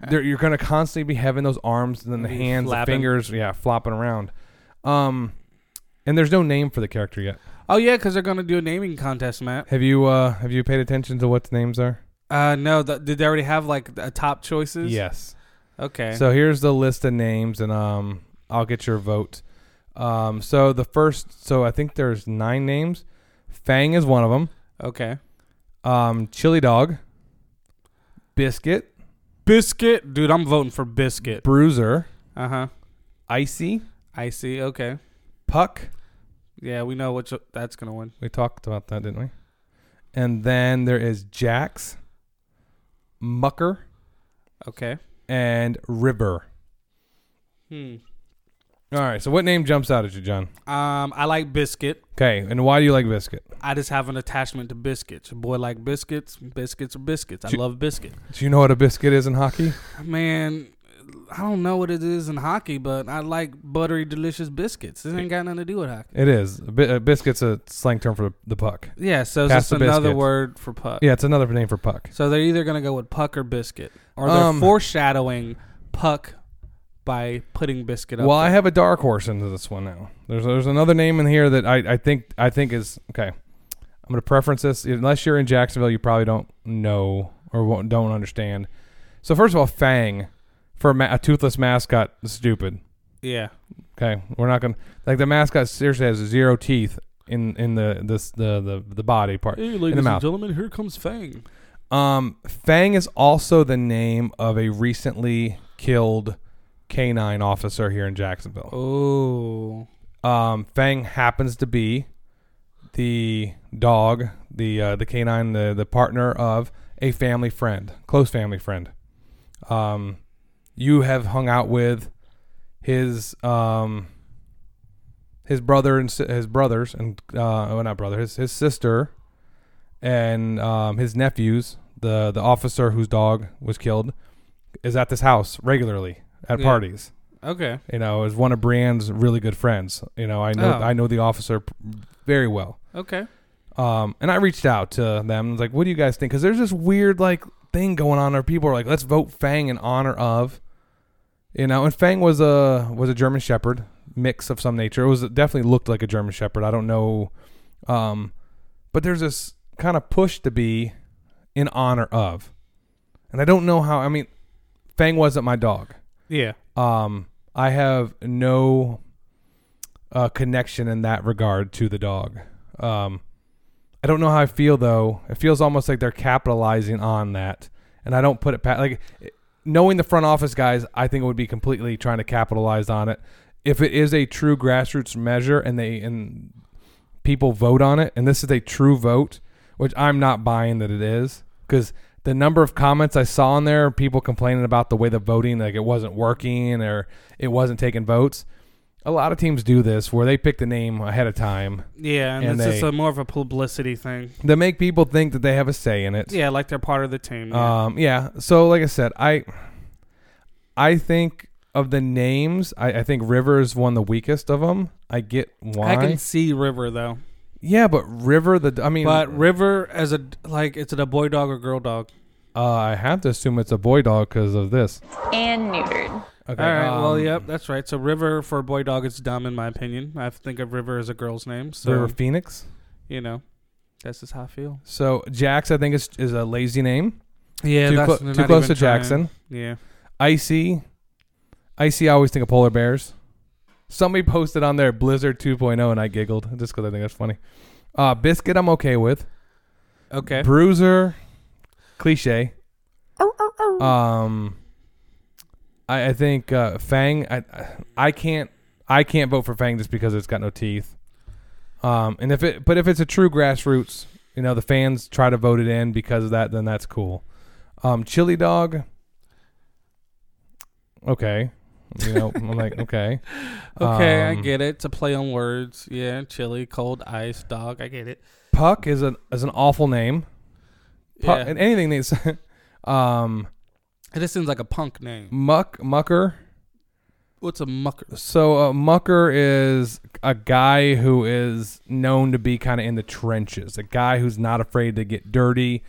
[SPEAKER 1] There you're gonna constantly be having those arms and then the
[SPEAKER 2] Be
[SPEAKER 1] hands, the
[SPEAKER 2] flapping.
[SPEAKER 1] fingers, yeah, flopping around. Um, and there's no name for the character yet.
[SPEAKER 2] oh yeah, because they're gonna do a naming contest, Matt.
[SPEAKER 1] Have you uh have you paid attention to what the names are?
[SPEAKER 2] Uh, no, th- did they already have like the top choices?
[SPEAKER 1] Yes.
[SPEAKER 2] Okay.
[SPEAKER 1] So here's the list of names, and um, I'll get your vote. Um, so the first, so I think there's nine names. Fang is one of them.
[SPEAKER 2] okay.
[SPEAKER 1] Um, Chili Dog, Biscuit,
[SPEAKER 2] Biscuit, dude, I'm voting for Biscuit.
[SPEAKER 1] Bruiser,
[SPEAKER 2] Uh huh.
[SPEAKER 1] Icy,
[SPEAKER 2] I see. Okay.
[SPEAKER 1] Puck.
[SPEAKER 2] Yeah, we know which that's gonna win.
[SPEAKER 1] We talked about that, didn't we? And then there is Jax, Mucker,
[SPEAKER 2] Okay.
[SPEAKER 1] and River.
[SPEAKER 2] Hmm.
[SPEAKER 1] All right. So what name jumps out at you, John?
[SPEAKER 2] Um, I like Biscuit.
[SPEAKER 1] Okay. And why do you like Biscuit?
[SPEAKER 2] I just have an attachment to biscuits. Your boy like biscuits. Biscuits are biscuits. I
[SPEAKER 1] Ju-
[SPEAKER 2] love biscuit.
[SPEAKER 1] Do you know what a biscuit is in hockey?
[SPEAKER 2] Man, I don't know what it is in hockey, but I like buttery, delicious biscuits. This ain't got nothing to do with hockey.
[SPEAKER 1] It is. A, bi- a biscuit's a slang term for the puck.
[SPEAKER 2] Yeah, so it's
[SPEAKER 1] Pass
[SPEAKER 2] just
[SPEAKER 1] the
[SPEAKER 2] another
[SPEAKER 1] biscuits.
[SPEAKER 2] word for puck.
[SPEAKER 1] Yeah, it's another name for puck.
[SPEAKER 2] So they're either gonna go with puck or biscuit, or they're
[SPEAKER 1] Um,
[SPEAKER 2] foreshadowing puck by putting biscuit up.
[SPEAKER 1] Well, I
[SPEAKER 2] there.
[SPEAKER 1] have a dark horse into this one now. There's there's another name in here that I, I think I think is okay. I'm gonna preference this unless you're in Jacksonville, you probably don't know or won't, don't understand. So first of all, Fang for a, ma- a toothless mascot, is stupid.
[SPEAKER 2] yeah.
[SPEAKER 1] Okay, we're not gonna like the mascot seriously has zero teeth in in the this the the, the body part.
[SPEAKER 2] Hey,
[SPEAKER 1] and
[SPEAKER 2] ladies and
[SPEAKER 1] mouth.
[SPEAKER 2] gentlemen, here comes Fang.
[SPEAKER 1] Um, Fang is also the name of a recently killed canine officer here in Jacksonville.
[SPEAKER 2] Oh,
[SPEAKER 1] Um, Fang happens to be the dog, the uh, the canine, the the partner of a family friend, close family friend. Um, you have hung out with his um his brother and si- his brothers and uh well not brother his his sister and um his nephews the the officer whose dog was killed is at this house regularly at
[SPEAKER 2] Yeah.
[SPEAKER 1] parties
[SPEAKER 2] okay.
[SPEAKER 1] you know, is one of Brienne's really good friends. You know, I know
[SPEAKER 2] Oh.
[SPEAKER 1] I know the officer p- very well.
[SPEAKER 2] Okay.
[SPEAKER 1] Um, and I reached out to them. I was like, "What do you guys think?" Because there's this weird like thing going on where people are like, "Let's vote Fang in honor of," you know. And Fang was a was a German Shepherd mix of some nature. It was it definitely looked like a German Shepherd. I don't know, um, but there's this kind of push to be in honor of, and I don't know how. I mean, Fang wasn't my dog
[SPEAKER 2] Yeah.
[SPEAKER 1] um, I have no uh, connection in that regard to the dog. Um, I don't know how I feel though. It feels almost like they're capitalizing on that, and I don't put it past like it- knowing the front office guys. I think it would be completely trying to capitalize on it. If it is a true grassroots measure and they and people vote on it, and this is a true vote, which I'm not buying that it is because the number of comments I saw on there, people complaining about the way the voting, like it wasn't working or it wasn't taking votes. A lot of teams do this where they pick the name ahead of time
[SPEAKER 2] Yeah, and,
[SPEAKER 1] And
[SPEAKER 2] it's just
[SPEAKER 1] they-
[SPEAKER 2] a more of a publicity thing.
[SPEAKER 1] to make people think that they have a say in it.
[SPEAKER 2] Yeah, like they're part of the team. yeah.
[SPEAKER 1] Um, yeah. So, like I said, I, I think of the names, I, I think Rivers won the weakest of them. I get why.
[SPEAKER 2] I can see River though,
[SPEAKER 1] yeah, but River, the I mean,
[SPEAKER 2] but River as a like, it's a boy dog or girl dog?
[SPEAKER 1] uh, I have to assume it's a boy dog because of this.
[SPEAKER 4] and neutered.
[SPEAKER 1] Okay.
[SPEAKER 2] All right. well,
[SPEAKER 1] um,
[SPEAKER 2] yep, that's right. So River for a boy dog is dumb in my opinion. I think of River as a girl's name. So
[SPEAKER 1] River Phoenix.
[SPEAKER 2] you know, that's just how I feel.
[SPEAKER 1] So Jax, I think is is a lazy name.
[SPEAKER 2] Yeah,
[SPEAKER 1] too, clo- too close to Jackson.
[SPEAKER 2] Yeah.
[SPEAKER 1] Icy, icy. I always think of polar bears. Somebody posted on there Blizzard 2.0, and I giggled just because I think that's funny. Uh, Biscuit, I'm okay with.
[SPEAKER 2] Okay.
[SPEAKER 1] Bruiser, cliche. Um, I, I think uh, Fang. I I can't I can't vote for Fang just because it's got no teeth. Um, and if it but if it's a true grassroots, you know the fans try to vote it in because of that, then that's cool. Um, Chili Dog. Okay, you know I'm
[SPEAKER 2] [LAUGHS]
[SPEAKER 1] like okay,
[SPEAKER 2] Okay, I
[SPEAKER 1] Um,
[SPEAKER 2] get it. It's a play on words. Yeah, chili, cold, ice, dog. I get it.
[SPEAKER 1] Puck is an is an awful name. Puck,
[SPEAKER 2] yeah.
[SPEAKER 1] and anything that's [LAUGHS] um
[SPEAKER 2] It just seems like a punk name.
[SPEAKER 1] Muck Mucker.
[SPEAKER 2] What's a mucker?
[SPEAKER 1] So uh, Mucker is a guy who is known to be kind of in the trenches, a guy who's not afraid to get dirty,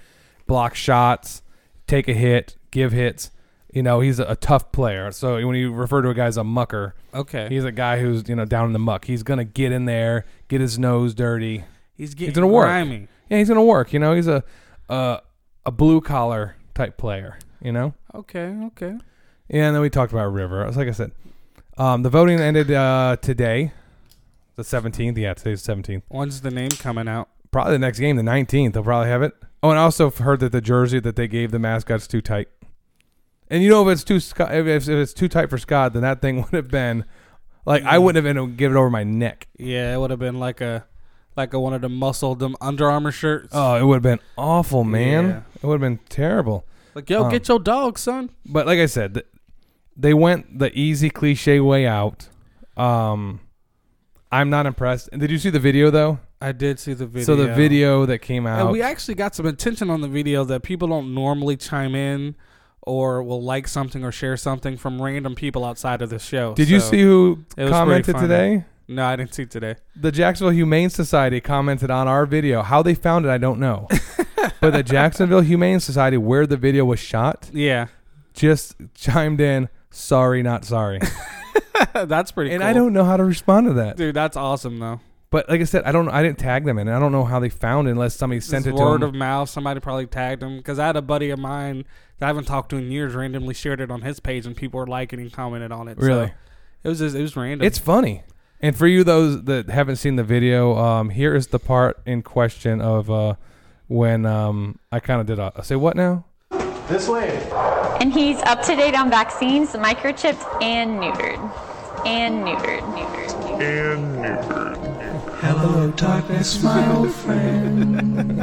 [SPEAKER 1] block shots, take a hit, give hits. You know, he's a, a tough player. So when you refer to a guy as a mucker,
[SPEAKER 2] Okay.
[SPEAKER 1] he's a guy who's you know down in the muck. He's gonna get in there, get his nose dirty.
[SPEAKER 2] He's getting
[SPEAKER 1] gonna work.
[SPEAKER 2] grimy.
[SPEAKER 1] Yeah, he's gonna work. You know, he's a a, a blue collar type player. You know.
[SPEAKER 2] Okay, okay.
[SPEAKER 1] Yeah, and then we talked about River. It's Like I said, um, the voting ended uh, today, the 17th. Yeah, today's the 17th.
[SPEAKER 2] When's the name coming out?
[SPEAKER 1] Probably the next game, the 19th. They'll probably have it. Oh, and I also heard that the jersey that they gave the mascot's too tight. And you know, if it's too sc- if it's, if it's too tight for Scott, then that thing [LAUGHS] would have been like I wouldn't have been able to give it over my neck.
[SPEAKER 2] Yeah, it would have been like a like a one of the muscle them Under Armour shirts.
[SPEAKER 1] Oh, it would have been awful, man.
[SPEAKER 2] Yeah.
[SPEAKER 1] It would have been terrible.
[SPEAKER 2] like yo,
[SPEAKER 1] um,
[SPEAKER 2] get your dog, son.
[SPEAKER 1] But like I said, th- they went the easy cliche way out. Um, I'm not impressed. And Did you see the video though?
[SPEAKER 2] I did see the video.
[SPEAKER 1] So the video that came out.
[SPEAKER 2] And we actually got some attention on the video that people don't normally chime in or will like something or share something from random people outside of the show.
[SPEAKER 1] Did you
[SPEAKER 2] So-
[SPEAKER 1] see who
[SPEAKER 2] it was pretty
[SPEAKER 1] commented
[SPEAKER 2] funny.
[SPEAKER 1] today?
[SPEAKER 2] No, I didn't see today.
[SPEAKER 1] The Jacksonville Humane Society commented on our video. How they found it, I don't
[SPEAKER 2] [LAUGHS]
[SPEAKER 1] know. but the Jacksonville Humane Society, where the video was shot,
[SPEAKER 2] Yeah,
[SPEAKER 1] just chimed in, sorry, not sorry.
[SPEAKER 2] [LAUGHS] that's pretty.
[SPEAKER 1] and
[SPEAKER 2] cool.
[SPEAKER 1] I don't know how to respond to that.
[SPEAKER 2] dude. That's awesome though.
[SPEAKER 1] But like I said, I don't I didn't tag them in. it. I don't know how they found it unless somebody sent
[SPEAKER 2] Just
[SPEAKER 1] it to
[SPEAKER 2] word
[SPEAKER 1] them.
[SPEAKER 2] of mouth. Somebody probably tagged him because I had a buddy of mine that I haven't talked to in years randomly shared it on his page and people were liking and commented on it. So
[SPEAKER 1] Really?
[SPEAKER 2] it was just, it was random.
[SPEAKER 1] it's funny. And for you those that haven't seen the video, um, here is the part in question of uh, when um, I kind of did a say what now?
[SPEAKER 4] This way.
[SPEAKER 5] And he's up to date on vaccines, microchipped, and neutered. And neutered, neutered, neutered.
[SPEAKER 6] Hello, darkness, my old friend.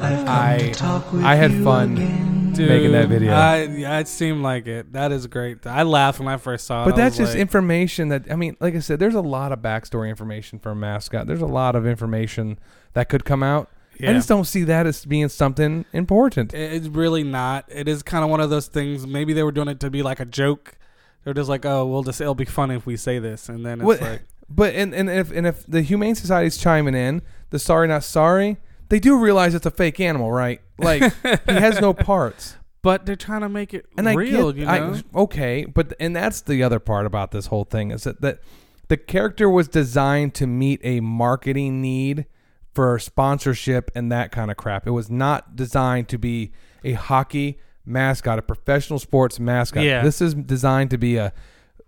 [SPEAKER 6] I've come
[SPEAKER 1] I
[SPEAKER 6] to talk with
[SPEAKER 1] I had
[SPEAKER 6] you
[SPEAKER 1] fun
[SPEAKER 6] again.
[SPEAKER 1] making that video.
[SPEAKER 2] I, yeah, it seemed like it. That is great. I laughed when I first saw it.
[SPEAKER 1] But
[SPEAKER 2] I
[SPEAKER 1] that's
[SPEAKER 2] was
[SPEAKER 1] just
[SPEAKER 2] like,
[SPEAKER 1] information that I mean, like I said, there's a lot of backstory information for a mascot. There's a lot of information that could come out. I
[SPEAKER 2] Yeah.
[SPEAKER 1] just don't see that as being something important.
[SPEAKER 2] it- it's really not. It is kind of one of those things. Maybe they were doing it to be like a joke. They're just like, oh, we'll just it'll be funny if we say this, and then it's
[SPEAKER 1] What-
[SPEAKER 2] like,
[SPEAKER 1] but and, and if and if the Humane Society's chiming in, the sorry not sorry, they do realize it's a fake animal, right? Like he has no parts.
[SPEAKER 2] but they're trying to make it
[SPEAKER 1] And
[SPEAKER 2] real.
[SPEAKER 1] I get,
[SPEAKER 2] you
[SPEAKER 1] I-
[SPEAKER 2] know,
[SPEAKER 1] okay, but and that's the other part about this whole thing is that, that the character was designed to meet a marketing need for sponsorship and that kind of crap. It was not designed to be a hockey mascot, a professional sports mascot.
[SPEAKER 2] Yeah.
[SPEAKER 1] This is designed to be a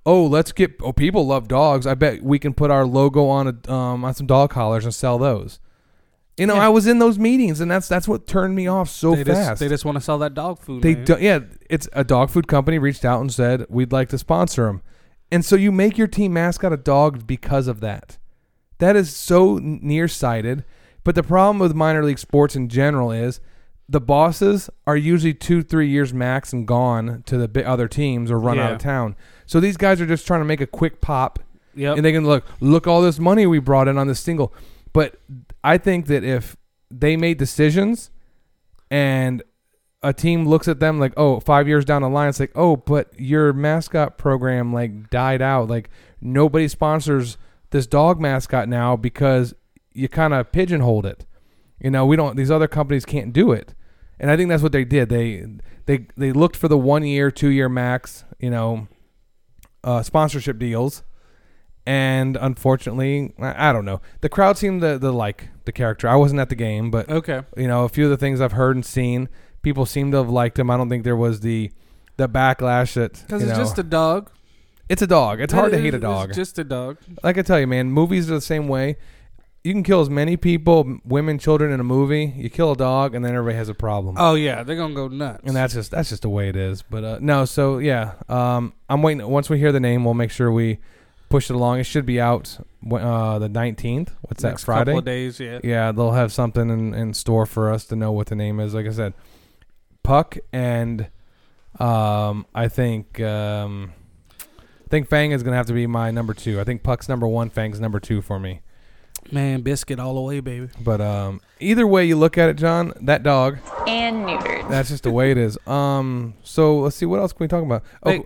[SPEAKER 1] oh, let's get oh people love dogs. I bet we can put our logo on a um, on some dog collars and sell those. You know, I was in those meetings, and that's that's what turned me off so
[SPEAKER 2] they
[SPEAKER 1] fast.
[SPEAKER 2] just they just want to sell that dog food.
[SPEAKER 1] They
[SPEAKER 2] man.
[SPEAKER 1] do, yeah, it's a dog food company reached out and said we'd like to sponsor them, and so you make your team mascot a dog because of that. That is so n- nearsighted. But the problem with minor league sports in general is the bosses are usually two, three years max and gone to the bi- other teams or run out
[SPEAKER 2] Yeah.
[SPEAKER 1] of town. So these guys are just trying to make a quick pop
[SPEAKER 2] Yep.
[SPEAKER 1] and they can look look all this money we brought in on this single but i think that if they made decisions and a team looks at them like oh five years down the line it's like oh but your mascot program like died out like nobody sponsors this dog mascot now because you kind of pigeonholed it you know we don't these other companies can't do it and i think that's what they did they they they looked for the one year two year max you know uh, sponsorship deals and unfortunately, I I don't know. The crowd seemed to, to like the character. I wasn't at the game, but
[SPEAKER 2] okay.
[SPEAKER 1] you know, a few of the things I've heard and seen, people seem to have liked him. I don't think there was the the backlash that
[SPEAKER 2] Because
[SPEAKER 1] you
[SPEAKER 2] it's
[SPEAKER 1] know-
[SPEAKER 2] just a dog.
[SPEAKER 1] it's a dog. It's hard to
[SPEAKER 2] It-
[SPEAKER 1] hate a
[SPEAKER 2] it's
[SPEAKER 1] dog.
[SPEAKER 2] just a dog.
[SPEAKER 1] like I tell you, man, movies are the same way. You can kill as many people, m- women, children in a movie. You kill a dog, and then everybody has a problem.
[SPEAKER 2] Oh yeah, they're gonna go nuts.
[SPEAKER 1] And that's just that's just the way it is. But uh, no, so yeah, um, I'm waiting. Once we hear the name, we'll make sure we push it along. It should be out wh- uh, the 19th. What's
[SPEAKER 2] Next
[SPEAKER 1] that Friday?
[SPEAKER 2] Couple of days, yeah.
[SPEAKER 1] Yeah, they'll have something in, in store for us to know what the name is. Like I said, Puck and um, I think um, I think Fang is gonna have to be my number two. I think Puck's number one, Fang's number two for me.
[SPEAKER 2] Man, biscuit all the way, baby.
[SPEAKER 1] But um, either way you look at it, John, that dog,
[SPEAKER 5] And neutered.
[SPEAKER 1] that's just the way it is. Um, so let's see what else can we talk about. Oh,
[SPEAKER 2] Hey.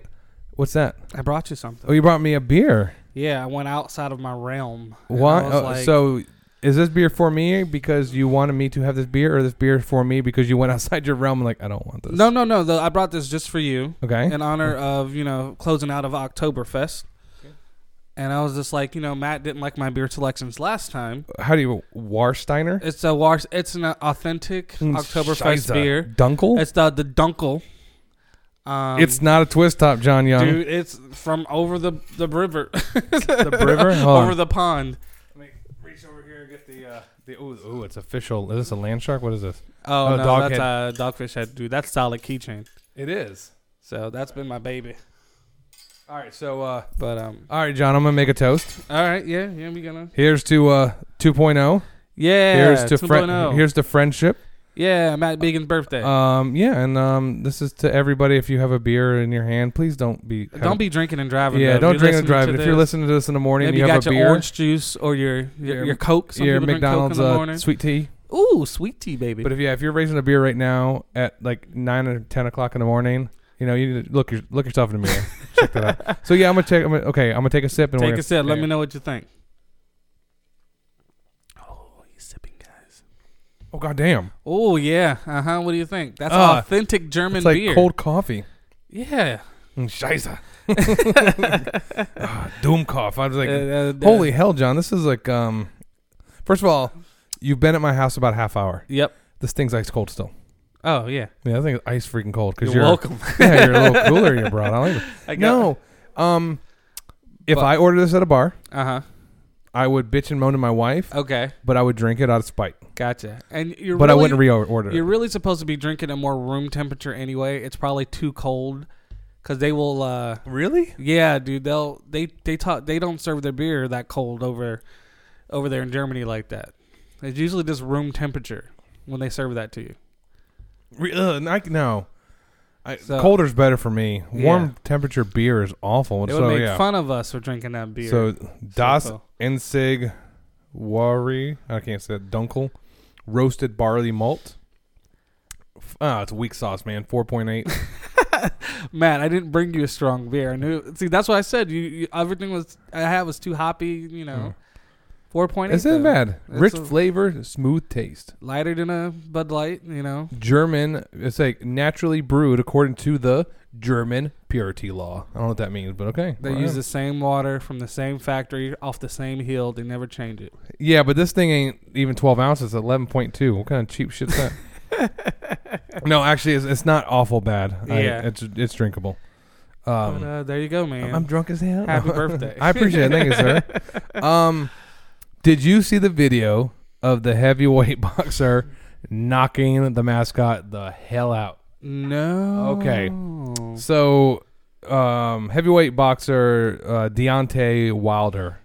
[SPEAKER 1] what's that?
[SPEAKER 2] I brought you something.
[SPEAKER 1] Oh, you brought me a beer.
[SPEAKER 2] Yeah, I went outside of my realm. And I
[SPEAKER 1] Why?
[SPEAKER 2] was
[SPEAKER 1] oh,
[SPEAKER 2] like-
[SPEAKER 1] so. Is this beer for me because you wanted me to have this beer, or this beer for me because you went [LAUGHS] outside your realm? and Like I don't want this.
[SPEAKER 2] No, no, no. Though I brought this just for you
[SPEAKER 1] Okay.
[SPEAKER 2] in honor of you know closing out of Oktoberfest. And I was just like, you know, Matt didn't like my beer selections last time.
[SPEAKER 1] How do you Warsteiner?
[SPEAKER 2] It's a wars. It's an authentic
[SPEAKER 1] Hmm,
[SPEAKER 2] Oktoberfest
[SPEAKER 1] Scheisse.
[SPEAKER 2] beer.
[SPEAKER 1] Dunkel? It's,
[SPEAKER 2] It's the the Dunkel. Um,
[SPEAKER 1] not a twist top, John Young.
[SPEAKER 2] dude. It's from over the the river,
[SPEAKER 1] [LAUGHS] the Briver? Hold
[SPEAKER 2] over
[SPEAKER 1] on.
[SPEAKER 2] the pond. Let me reach over here and get the. Uh,
[SPEAKER 1] The- ooh, ooh, it's official. Is this a land shark? What is this?
[SPEAKER 2] oh
[SPEAKER 1] Oh,
[SPEAKER 2] no,
[SPEAKER 1] dog
[SPEAKER 2] that's
[SPEAKER 1] head.
[SPEAKER 2] uh, dogfish head, dude. That's solid keychain.
[SPEAKER 1] It is.
[SPEAKER 2] So that's been my baby.
[SPEAKER 1] All right. So, uh,
[SPEAKER 2] But um,
[SPEAKER 1] all right, John, I'm gonna make a toast.
[SPEAKER 2] all right, yeah, yeah, we gonna
[SPEAKER 1] Here's to uh 2.0.
[SPEAKER 2] yeah. oh.
[SPEAKER 1] here's to fri-
[SPEAKER 2] 2.0.
[SPEAKER 1] here's to friendship.
[SPEAKER 2] yeah, Matt Began's birthday.
[SPEAKER 1] Um, yeah, and um, this is to everybody. If you have a beer in your hand, please don't be
[SPEAKER 2] don't be drinking and driving.
[SPEAKER 1] yeah,
[SPEAKER 2] though. If
[SPEAKER 1] don't
[SPEAKER 2] you're
[SPEAKER 1] drink and
[SPEAKER 2] listening
[SPEAKER 1] drive.
[SPEAKER 2] to
[SPEAKER 1] If you're
[SPEAKER 2] this,
[SPEAKER 1] listening to this in the morning,
[SPEAKER 2] maybe
[SPEAKER 1] and you,
[SPEAKER 2] you
[SPEAKER 1] have
[SPEAKER 2] got
[SPEAKER 1] a
[SPEAKER 2] your
[SPEAKER 1] beer,
[SPEAKER 2] orange juice or your your,
[SPEAKER 1] Your-
[SPEAKER 2] your Coke. Some
[SPEAKER 1] your
[SPEAKER 2] people drink Coke in
[SPEAKER 1] McDonald's
[SPEAKER 2] the
[SPEAKER 1] uh,
[SPEAKER 2] morning.
[SPEAKER 1] sweet tea.
[SPEAKER 2] Ooh, sweet tea, baby.
[SPEAKER 1] But if yeah, if you're raising a beer right now at like nine or ten o'clock in the morning, you know you need to look your, look yourself in the mirror. [LAUGHS] check that out. So yeah, I'm gonna take. I'm gonna, okay, I'm gonna take a sip and we're
[SPEAKER 2] Take
[SPEAKER 1] gonna-
[SPEAKER 2] a sip. Let me know what you think. Oh, he's sipping, guys.
[SPEAKER 1] Oh goddamn!
[SPEAKER 2] Oh yeah. Uh huh. What do you think? That's
[SPEAKER 1] Uh,
[SPEAKER 2] authentic German
[SPEAKER 1] It's like
[SPEAKER 2] beer.
[SPEAKER 1] cold coffee.
[SPEAKER 2] Yeah.
[SPEAKER 1] Mm,
[SPEAKER 2] [LAUGHS]
[SPEAKER 1] Scheiße. ah, Doomkopf. I was like,
[SPEAKER 2] Uh, uh, uh,
[SPEAKER 1] holy hell, John. This is like, um, first of all, you've been at my house about a half hour.
[SPEAKER 2] Yep.
[SPEAKER 1] This thing's ice cold still.
[SPEAKER 2] Oh yeah.
[SPEAKER 1] Yeah, I think it's ice freaking cold because
[SPEAKER 2] You're,
[SPEAKER 1] you're,
[SPEAKER 2] welcome. [LAUGHS]
[SPEAKER 1] yeah, you're a little cooler than your bro. I don't even-
[SPEAKER 2] I
[SPEAKER 1] no, um, if
[SPEAKER 2] But-
[SPEAKER 1] I ordered this at a bar,
[SPEAKER 2] Uh huh.
[SPEAKER 1] I would bitch and moan to my wife,
[SPEAKER 2] Okay.
[SPEAKER 1] but I would drink it out of spite.
[SPEAKER 2] Gotcha. And you're.
[SPEAKER 1] but I
[SPEAKER 2] really-
[SPEAKER 1] wouldn't reorder
[SPEAKER 2] You're
[SPEAKER 1] it.
[SPEAKER 2] really supposed to be drinking at more room temperature anyway. It's probably too cold, because they will. uh
[SPEAKER 1] Really?
[SPEAKER 2] Yeah, dude. They'll they they talk. They don't serve their beer that cold over over there in Germany like that. It's usually just room temperature when they serve that to you.
[SPEAKER 1] Re- ugh, and I, no. I,
[SPEAKER 2] So-
[SPEAKER 1] colder's better for me.
[SPEAKER 2] Yeah.
[SPEAKER 1] Warm temperature beer is awful.
[SPEAKER 2] They
[SPEAKER 1] so,
[SPEAKER 2] would make
[SPEAKER 1] yeah.
[SPEAKER 2] fun of us for drinking that beer.
[SPEAKER 1] So Das
[SPEAKER 2] so-
[SPEAKER 1] Insig Wari, I can't say that, Dunkel, roasted barley malt. F- Ah, it's weak sauce, man. 4.8.
[SPEAKER 2] Matt, I didn't bring you a strong beer. I knew. See, that's what I said. You, you everything was I had was too hoppy. You know, four point eight.
[SPEAKER 1] it's not Mm. bad.
[SPEAKER 2] It's
[SPEAKER 1] Rich
[SPEAKER 2] a-
[SPEAKER 1] flavor, smooth taste.
[SPEAKER 2] Lighter than a Bud Light. You know.
[SPEAKER 1] German, it's like naturally brewed according to the German purity law. I don't know what that means, but okay.
[SPEAKER 2] They
[SPEAKER 1] Well,
[SPEAKER 2] use
[SPEAKER 1] yeah.
[SPEAKER 2] the same water from the same factory off the same hill. They never
[SPEAKER 1] [LAUGHS]
[SPEAKER 2] change it.
[SPEAKER 1] Yeah, but this thing ain't even 12 ounces, 11.2. What kind of cheap shit's
[SPEAKER 2] [LAUGHS]
[SPEAKER 1] that? no, actually, it's, it's not awful bad. I-
[SPEAKER 2] Yeah.
[SPEAKER 1] it's, it's drinkable. Um,
[SPEAKER 2] But, uh, there you go, man.
[SPEAKER 1] I'm drunk as hell. [LAUGHS]
[SPEAKER 2] Happy birthday.
[SPEAKER 1] I appreciate it. Thank you,
[SPEAKER 2] [LAUGHS]
[SPEAKER 1] sir. Um, did you see the video of the heavyweight [LAUGHS] boxer knocking the mascot the hell out?
[SPEAKER 2] no.
[SPEAKER 1] Okay. So, um, heavyweight boxer uh, Deontay Wilder.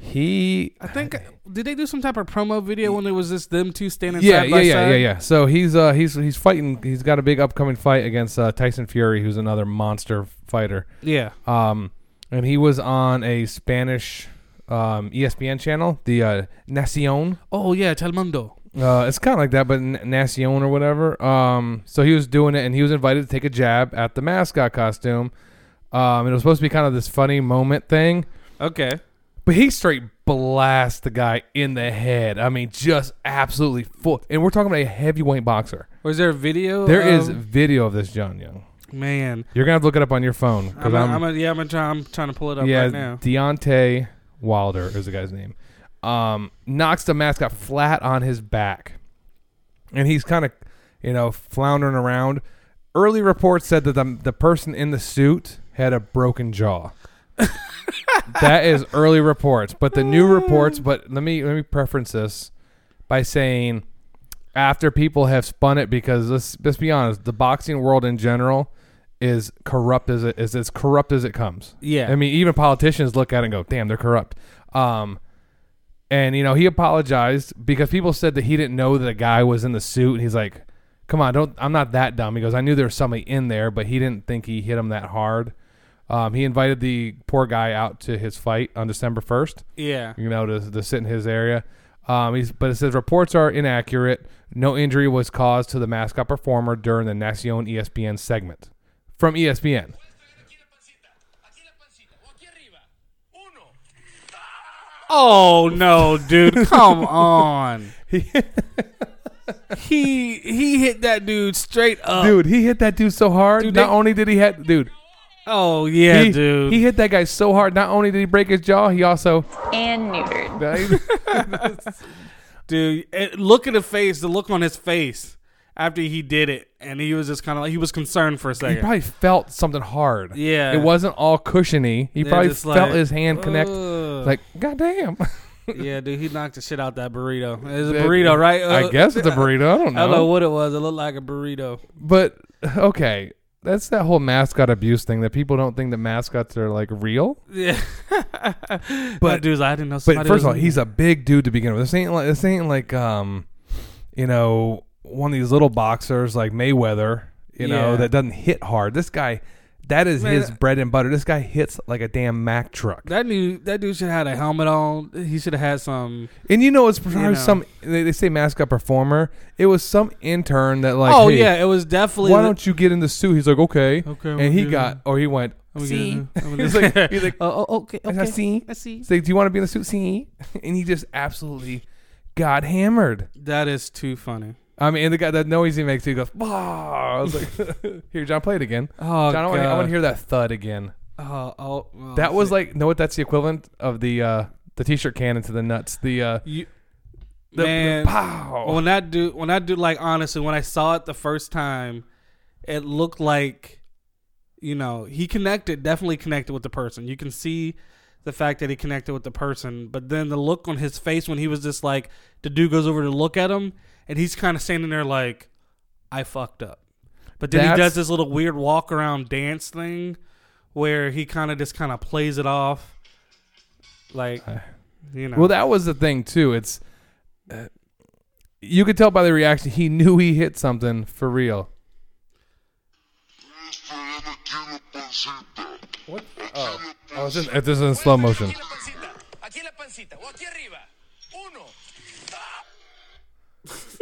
[SPEAKER 1] He
[SPEAKER 2] I think uh, did they do some type of promo video when it was just them two standing
[SPEAKER 1] yeah,
[SPEAKER 2] side
[SPEAKER 1] yeah,
[SPEAKER 2] by
[SPEAKER 1] yeah,
[SPEAKER 2] side?
[SPEAKER 1] yeah, yeah. So he's uh he's he's fighting. He's got a big upcoming fight against uh, Tyson Fury, who's another monster fighter.
[SPEAKER 2] yeah.
[SPEAKER 1] Um, and he was on a Spanish um, ESPN channel, the uh, Nacion.
[SPEAKER 2] Oh yeah, Telmundo.
[SPEAKER 1] Uh, it's kind of like that, but N- Nacion or whatever. Um, so he was doing it, and he was invited to take a jab at the mascot costume. Um, and it was supposed to be kind of this funny moment thing,
[SPEAKER 2] Okay.
[SPEAKER 1] but he straight blasts the guy in the head. I mean, just absolutely full. And we're talking about a heavyweight boxer.
[SPEAKER 2] Was there a video?
[SPEAKER 1] There is
[SPEAKER 2] of-
[SPEAKER 1] video of this John Young.
[SPEAKER 2] man.
[SPEAKER 1] You're gonna have to look it up on your phone
[SPEAKER 2] I'm, a, I'm, a, yeah, I'm, a try, I'm trying to pull it up
[SPEAKER 1] yeah,
[SPEAKER 2] right now.
[SPEAKER 1] Deontay Wilder is the guy's name. Um, knocks the mascot flat on his back, and he's kind of, you know, floundering around. Early reports said that the the person in the suit had a broken
[SPEAKER 2] [LAUGHS]
[SPEAKER 1] jaw. that is early reports, but the new reports. But let me let me preference this by saying after people have spun it because let's let's be honest, the boxing world in general is corrupt as it is as corrupt as it comes.
[SPEAKER 2] Yeah.
[SPEAKER 1] I mean, even politicians look at it and go, "Damn, they're corrupt." Um, and you know, he apologized because people said that he didn't know that a guy was in the suit, and he's like, "Come on, don't. I'm not that dumb." He goes, "I knew there was somebody in there, but he didn't think he hit him that hard." Um, he invited the poor guy out to his fight on December first [LAUGHS]
[SPEAKER 2] Yeah.
[SPEAKER 1] you know, to, to sit in his area. Um, he's, but it says reports are inaccurate. No injury was caused to the mascot performer during the Nacion E ESPN segment from E ESPN.
[SPEAKER 2] Oh no,
[SPEAKER 1] [LAUGHS]
[SPEAKER 2] dude! Come on. he he hit that dude straight up.
[SPEAKER 1] Dude, he hit that dude so hard.
[SPEAKER 2] Dude,
[SPEAKER 1] not
[SPEAKER 2] they-
[SPEAKER 1] only did he hit, dude,
[SPEAKER 2] Oh yeah,
[SPEAKER 1] he,
[SPEAKER 2] dude.
[SPEAKER 1] he hit that guy so hard. Not only did he break his jaw, he
[SPEAKER 2] [LAUGHS]
[SPEAKER 1] also.
[SPEAKER 5] and neutered.
[SPEAKER 2] dude, it- look at the face. The look on his face after he did it, and he was just kind of like he was concerned for a
[SPEAKER 1] He
[SPEAKER 2] second.
[SPEAKER 1] probably felt something hard.
[SPEAKER 2] Yeah.
[SPEAKER 1] It wasn't all cushiony. He
[SPEAKER 2] They're
[SPEAKER 1] probably
[SPEAKER 2] just
[SPEAKER 1] felt
[SPEAKER 2] like,
[SPEAKER 1] his hand connect.
[SPEAKER 2] "Ugh."
[SPEAKER 1] Like, goddamn.
[SPEAKER 2] yeah, dude, he knocked the shit out that burrito. It was a
[SPEAKER 1] That-
[SPEAKER 2] burrito, right?
[SPEAKER 1] I
[SPEAKER 2] Uh, [LAUGHS]
[SPEAKER 1] guess it's a burrito. I don't know.
[SPEAKER 2] I don't know what it was. It looked like a burrito.
[SPEAKER 1] But okay, that's that whole mascot abuse thing that people don't think that mascots are like real.
[SPEAKER 2] [LAUGHS] Yeah.
[SPEAKER 1] But-
[SPEAKER 2] but dudes, I didn't know.
[SPEAKER 1] But
[SPEAKER 2] Somebody
[SPEAKER 1] first
[SPEAKER 2] was
[SPEAKER 1] of all,
[SPEAKER 2] in-
[SPEAKER 1] he's a big dude to begin with. This ain't like this ain't like um, you know, one of these little boxers like Mayweather, you know,
[SPEAKER 2] Yeah.
[SPEAKER 1] that doesn't hit hard. This guy, that is
[SPEAKER 2] Man,
[SPEAKER 1] his
[SPEAKER 2] that-
[SPEAKER 1] bread and butter. This guy hits like a damn Mack truck.
[SPEAKER 2] that dude. That dude should have had a helmet on. He should have had some.
[SPEAKER 1] and you know, it's probably
[SPEAKER 2] know.
[SPEAKER 1] some they, they say mascot performer. It was some intern that like,
[SPEAKER 2] oh
[SPEAKER 1] "Hey,
[SPEAKER 2] yeah, it was definitely.
[SPEAKER 1] why
[SPEAKER 2] the-
[SPEAKER 1] don't you get in the suit? He's like, okay,
[SPEAKER 2] Okay, I'm
[SPEAKER 1] and he
[SPEAKER 2] gonna
[SPEAKER 1] got or he went. [LAUGHS]
[SPEAKER 2] I'm gonna get
[SPEAKER 1] See,
[SPEAKER 2] in
[SPEAKER 1] [LAUGHS]
[SPEAKER 2] there. I'm gonna-
[SPEAKER 1] he's
[SPEAKER 2] [LAUGHS]
[SPEAKER 1] like, he's like,
[SPEAKER 2] Oh, oh, okay,
[SPEAKER 1] I
[SPEAKER 2] okay.
[SPEAKER 1] see.
[SPEAKER 2] I see.
[SPEAKER 1] He's like, do you want to be in the suit? See, [LAUGHS] and he just absolutely got hammered.
[SPEAKER 2] That is too funny.
[SPEAKER 1] I mean, and the guy that noise he makes, he goes, "Bah!" I was like, [LAUGHS] "Here, John, play it again."
[SPEAKER 2] Oh,
[SPEAKER 1] John, I want, to, I
[SPEAKER 2] God.
[SPEAKER 1] want to hear that thud again.
[SPEAKER 2] Oh, oh, oh,
[SPEAKER 1] That was
[SPEAKER 2] shit.
[SPEAKER 1] like, know what? That's the equivalent of the uh, the t-shirt cannon to the nuts. The uh,
[SPEAKER 2] you,
[SPEAKER 1] the,
[SPEAKER 2] man.
[SPEAKER 1] the pow.
[SPEAKER 2] when that dude, when that dude, like honestly, when I saw it the first time, it looked like, you know, he connected, definitely connected with the person. You can see the fact that he connected with the person, but then the look on his face when he was just like, the dude goes over to look at him, and he's kind of standing there like, I fucked up. But then he
[SPEAKER 1] That's-
[SPEAKER 2] does this little weird walk around dance thing, where he kind of just kind of plays it off, like, you know.
[SPEAKER 1] Well, that was the thing too. It's uh, you could tell by the reaction he knew he hit something for real. What? Oh, oh it's in, it's just in slow motion.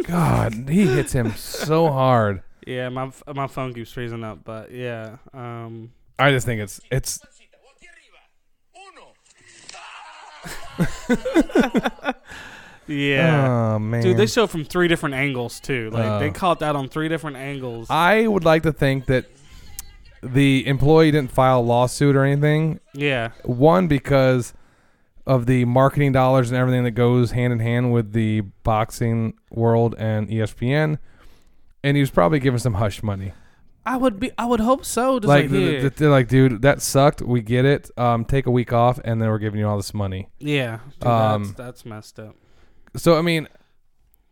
[SPEAKER 1] God, he hits him so hard.
[SPEAKER 2] Yeah, my f- my phone keeps freezing up, but yeah, um,
[SPEAKER 1] I just think it's it's
[SPEAKER 2] yeah,
[SPEAKER 1] oh man.
[SPEAKER 2] dude, they show it from three different angles too. Like
[SPEAKER 1] Oh.
[SPEAKER 2] they caught that on three different angles.
[SPEAKER 1] I would like to think that the employee didn't file a lawsuit or anything.
[SPEAKER 2] yeah,
[SPEAKER 1] One because of the marketing dollars and everything that goes hand in hand with the boxing world and E ESPN. And he was probably given some hush money.
[SPEAKER 2] I would be, I would hope so. Just
[SPEAKER 1] Like, th- th- they're like, dude, that sucked. We get it. Um, take a week off, and then we're giving you all this money.
[SPEAKER 2] yeah, dude,
[SPEAKER 1] um,
[SPEAKER 2] that's, that's messed up.
[SPEAKER 1] So I mean,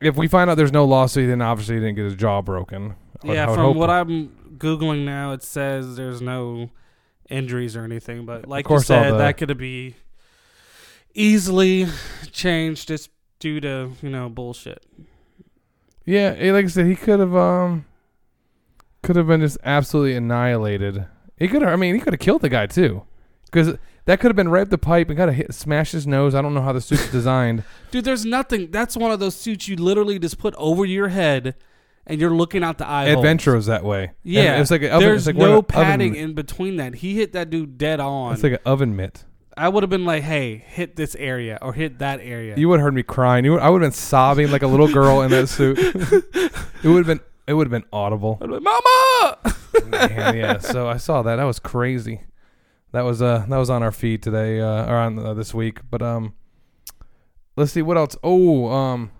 [SPEAKER 1] if we find out there's no lawsuit, then obviously he didn't get his jaw broken. I would-
[SPEAKER 2] Yeah,
[SPEAKER 1] I would
[SPEAKER 2] from
[SPEAKER 1] hope-
[SPEAKER 2] what I'm googling now, it says there's no injuries or anything, but like you
[SPEAKER 1] course all
[SPEAKER 2] said,
[SPEAKER 1] the-
[SPEAKER 2] that could be easily changed just due to you know bullshit.
[SPEAKER 1] Yeah, eh, like I said, he could have um could have been just absolutely annihilated. He could have. I mean, he could have killed the guy too, because that could have been right up the pipe and got to hit, smash his nose. I don't know how the suit's
[SPEAKER 2] [LAUGHS]
[SPEAKER 1] designed.
[SPEAKER 2] Dude, there's nothing. That's one of those suits you literally just put over your head, and you're looking out the eye. hole.
[SPEAKER 1] Adventuro's that way.
[SPEAKER 2] Yeah,
[SPEAKER 1] And it's like an oven,
[SPEAKER 2] there's
[SPEAKER 1] it's like one of
[SPEAKER 2] no
[SPEAKER 1] the oven-
[SPEAKER 2] padding in between that. He hit that dude dead on.
[SPEAKER 1] It's like an oven mitt.
[SPEAKER 2] I would have been like, "Hey, hit this area or hit that area."
[SPEAKER 1] You would have heard me crying. You would, I would have been sobbing like a little girl in that
[SPEAKER 2] [LAUGHS]
[SPEAKER 1] suit. it would have been. It would have been audible.
[SPEAKER 2] I'd be like, Mama. [LAUGHS]
[SPEAKER 1] Man, yeah. So I saw that. That was crazy. That was uh that was on our feed today uh, or on uh, this week. But um, let's see what else. Oh um,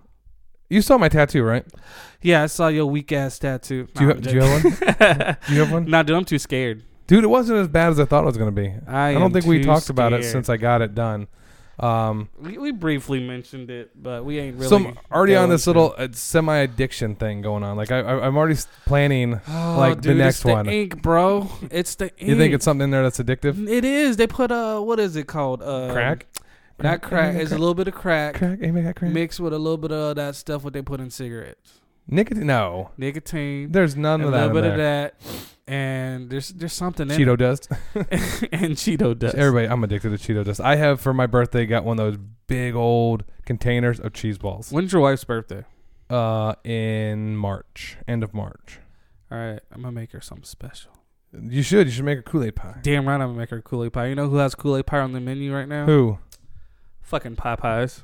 [SPEAKER 1] you saw my tattoo, right?
[SPEAKER 2] yeah, I saw your weak ass tattoo.
[SPEAKER 1] Do you,
[SPEAKER 2] Nah,
[SPEAKER 1] ha-
[SPEAKER 2] I'm
[SPEAKER 1] do you have one? Do you have
[SPEAKER 2] joking.
[SPEAKER 1] one?
[SPEAKER 2] nah, dude, I'm too scared.
[SPEAKER 1] Dude, it wasn't as bad as I thought it was gonna be.
[SPEAKER 2] [LAUGHS] I,
[SPEAKER 1] I don't
[SPEAKER 2] am
[SPEAKER 1] think we
[SPEAKER 2] too
[SPEAKER 1] talked about it
[SPEAKER 2] scared.
[SPEAKER 1] since I got it done. Um,
[SPEAKER 2] we, we briefly mentioned it, but we ain't really.
[SPEAKER 1] so I'm already on this
[SPEAKER 2] delving
[SPEAKER 1] little uh, semi addiction thing going on. Like I, I I'm already s- planning.
[SPEAKER 2] into it.
[SPEAKER 1] oh, like, the
[SPEAKER 2] Oh, dude,
[SPEAKER 1] next
[SPEAKER 2] it's
[SPEAKER 1] one.
[SPEAKER 2] the ink, bro. It's the ink.
[SPEAKER 1] You think it's something in there that's addictive?
[SPEAKER 2] It is. They put uh, what is it called? Uh,
[SPEAKER 1] Crack?
[SPEAKER 2] Not crack. It's a little bit of crack,
[SPEAKER 1] Crack? Anybody got crack?
[SPEAKER 2] mixed with a little bit of that stuff what they put in cigarettes,
[SPEAKER 1] Nicotine? No.
[SPEAKER 2] nicotine,
[SPEAKER 1] There's
[SPEAKER 2] a
[SPEAKER 1] none of that. in
[SPEAKER 2] little bit
[SPEAKER 1] there.
[SPEAKER 2] of that, and there's there's something in
[SPEAKER 1] Cheeto dust. [LAUGHS]
[SPEAKER 2] it. [LAUGHS] and Cheeto dust.
[SPEAKER 1] Everybody, I'm addicted to Cheeto dust. I have for my birthday got one of those big old containers of cheese balls.
[SPEAKER 2] When's your wife's birthday?
[SPEAKER 1] Uh, in March, end of March.
[SPEAKER 2] All right, I'm gonna make her something special.
[SPEAKER 1] You should. You should make a Kool Aid pie.
[SPEAKER 2] Damn right, I'm gonna make her Kool-Aid pie. You know who has Kool-Aid pie on the menu right now?
[SPEAKER 1] Who?
[SPEAKER 2] Fucking pie pies.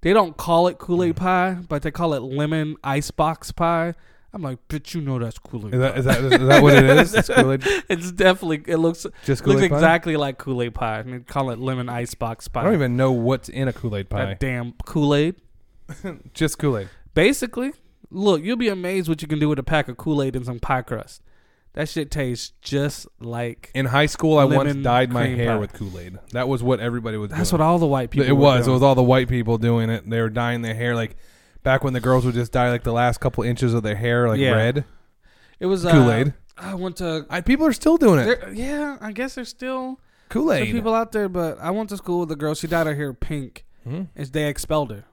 [SPEAKER 2] They don't call it Kool-Aid pie, but they call it lemon icebox pie. I'm like, bitch, you know that's Kool-Aid.
[SPEAKER 1] Is that is that, is that what it is? It's Kool-Aid,
[SPEAKER 2] [LAUGHS] it's definitely it looks
[SPEAKER 1] just Kool
[SPEAKER 2] looks
[SPEAKER 1] Aid pie.
[SPEAKER 2] exactly like Kool Aid pie, and they call it lemon icebox pie.
[SPEAKER 1] I don't even know what's in a Kool Aid pie.
[SPEAKER 2] that damn Kool Aid.
[SPEAKER 1] Just Kool Aid.
[SPEAKER 2] Basically, look, you'll be amazed what you can do with a pack of Kool Aid and some pie crust. That shit tastes just like.
[SPEAKER 1] In high school, I once
[SPEAKER 2] Lemon
[SPEAKER 1] dyed my
[SPEAKER 2] cream
[SPEAKER 1] hair
[SPEAKER 2] pie.
[SPEAKER 1] with Kool Aid. That was what everybody was.
[SPEAKER 2] That's
[SPEAKER 1] doing.
[SPEAKER 2] what all the white people.
[SPEAKER 1] it
[SPEAKER 2] were
[SPEAKER 1] was. It
[SPEAKER 2] doing.
[SPEAKER 1] was all the white people doing it. They were dyeing their hair like back when the girls would just dye like the last couple inches of their hair like
[SPEAKER 2] Yeah.
[SPEAKER 1] red.
[SPEAKER 2] It was uh,
[SPEAKER 1] Kool Aid.
[SPEAKER 2] I went to.
[SPEAKER 1] I, people are still doing it.
[SPEAKER 2] there- Yeah, I guess there's still
[SPEAKER 1] Kool
[SPEAKER 2] some
[SPEAKER 1] Aid.
[SPEAKER 2] people out there, but I went to school with a girl. She dyed her hair pink.
[SPEAKER 1] Hmm?
[SPEAKER 2] And they expelled her.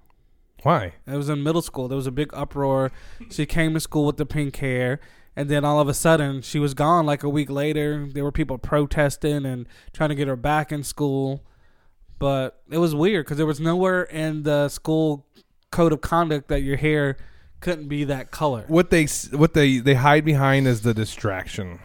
[SPEAKER 1] Why?
[SPEAKER 2] It was in middle school. There was a big uproar. She came to school with the pink hair, and then all of a sudden, she was gone. Like a week later, there were people protesting and trying to get her back in school. But it was weird because there was nowhere in the school code of conduct that your hair couldn't be that color.
[SPEAKER 1] What they s- what they they hide behind is the distraction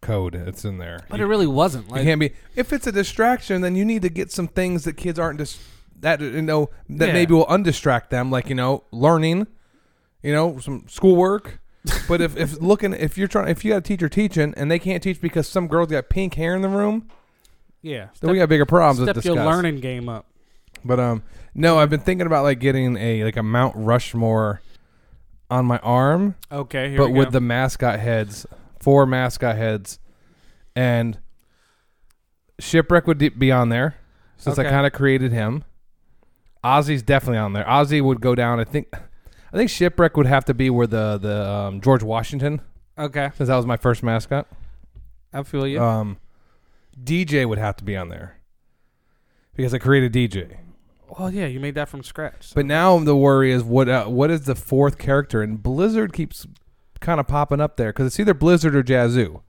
[SPEAKER 1] code. It's in there.
[SPEAKER 2] But
[SPEAKER 1] You-
[SPEAKER 2] it really wasn't.
[SPEAKER 1] You
[SPEAKER 2] Like
[SPEAKER 1] can't be. If it's a distraction, then you need to get some things that kids aren't dis- that you know that
[SPEAKER 2] Yeah.
[SPEAKER 1] maybe will undistract them, like you know learning, you know some schoolwork. but if if looking if you're trying if you got a teacher teaching and they can't teach because some girls got pink hair in the room,
[SPEAKER 2] yeah,
[SPEAKER 1] then we got bigger problems. to
[SPEAKER 2] step your
[SPEAKER 1] discuss.
[SPEAKER 2] learning game up.
[SPEAKER 1] But um, no, I've been thinking about like getting a like a Mount Rushmore on my arm,
[SPEAKER 2] Okay, here
[SPEAKER 1] but
[SPEAKER 2] we
[SPEAKER 1] with
[SPEAKER 2] go.
[SPEAKER 1] the mascot heads, four mascot heads, and shipwreck would d- be on there since I
[SPEAKER 2] Okay.
[SPEAKER 1] kind of created him. Ozzy's definitely on there. Ozzy would go down. I think, I think shipwreck would have to be where the the um, George Washington
[SPEAKER 2] okay,
[SPEAKER 1] since that was my first mascot.
[SPEAKER 2] I feel you.
[SPEAKER 1] Um, DJ would have to be on there because I created DJ.
[SPEAKER 2] oh yeah, you made that from scratch.
[SPEAKER 1] But now the worry is what uh, what is the fourth character? And Blizzard keeps kind of popping up there because it's either Blizzard or Jazoo.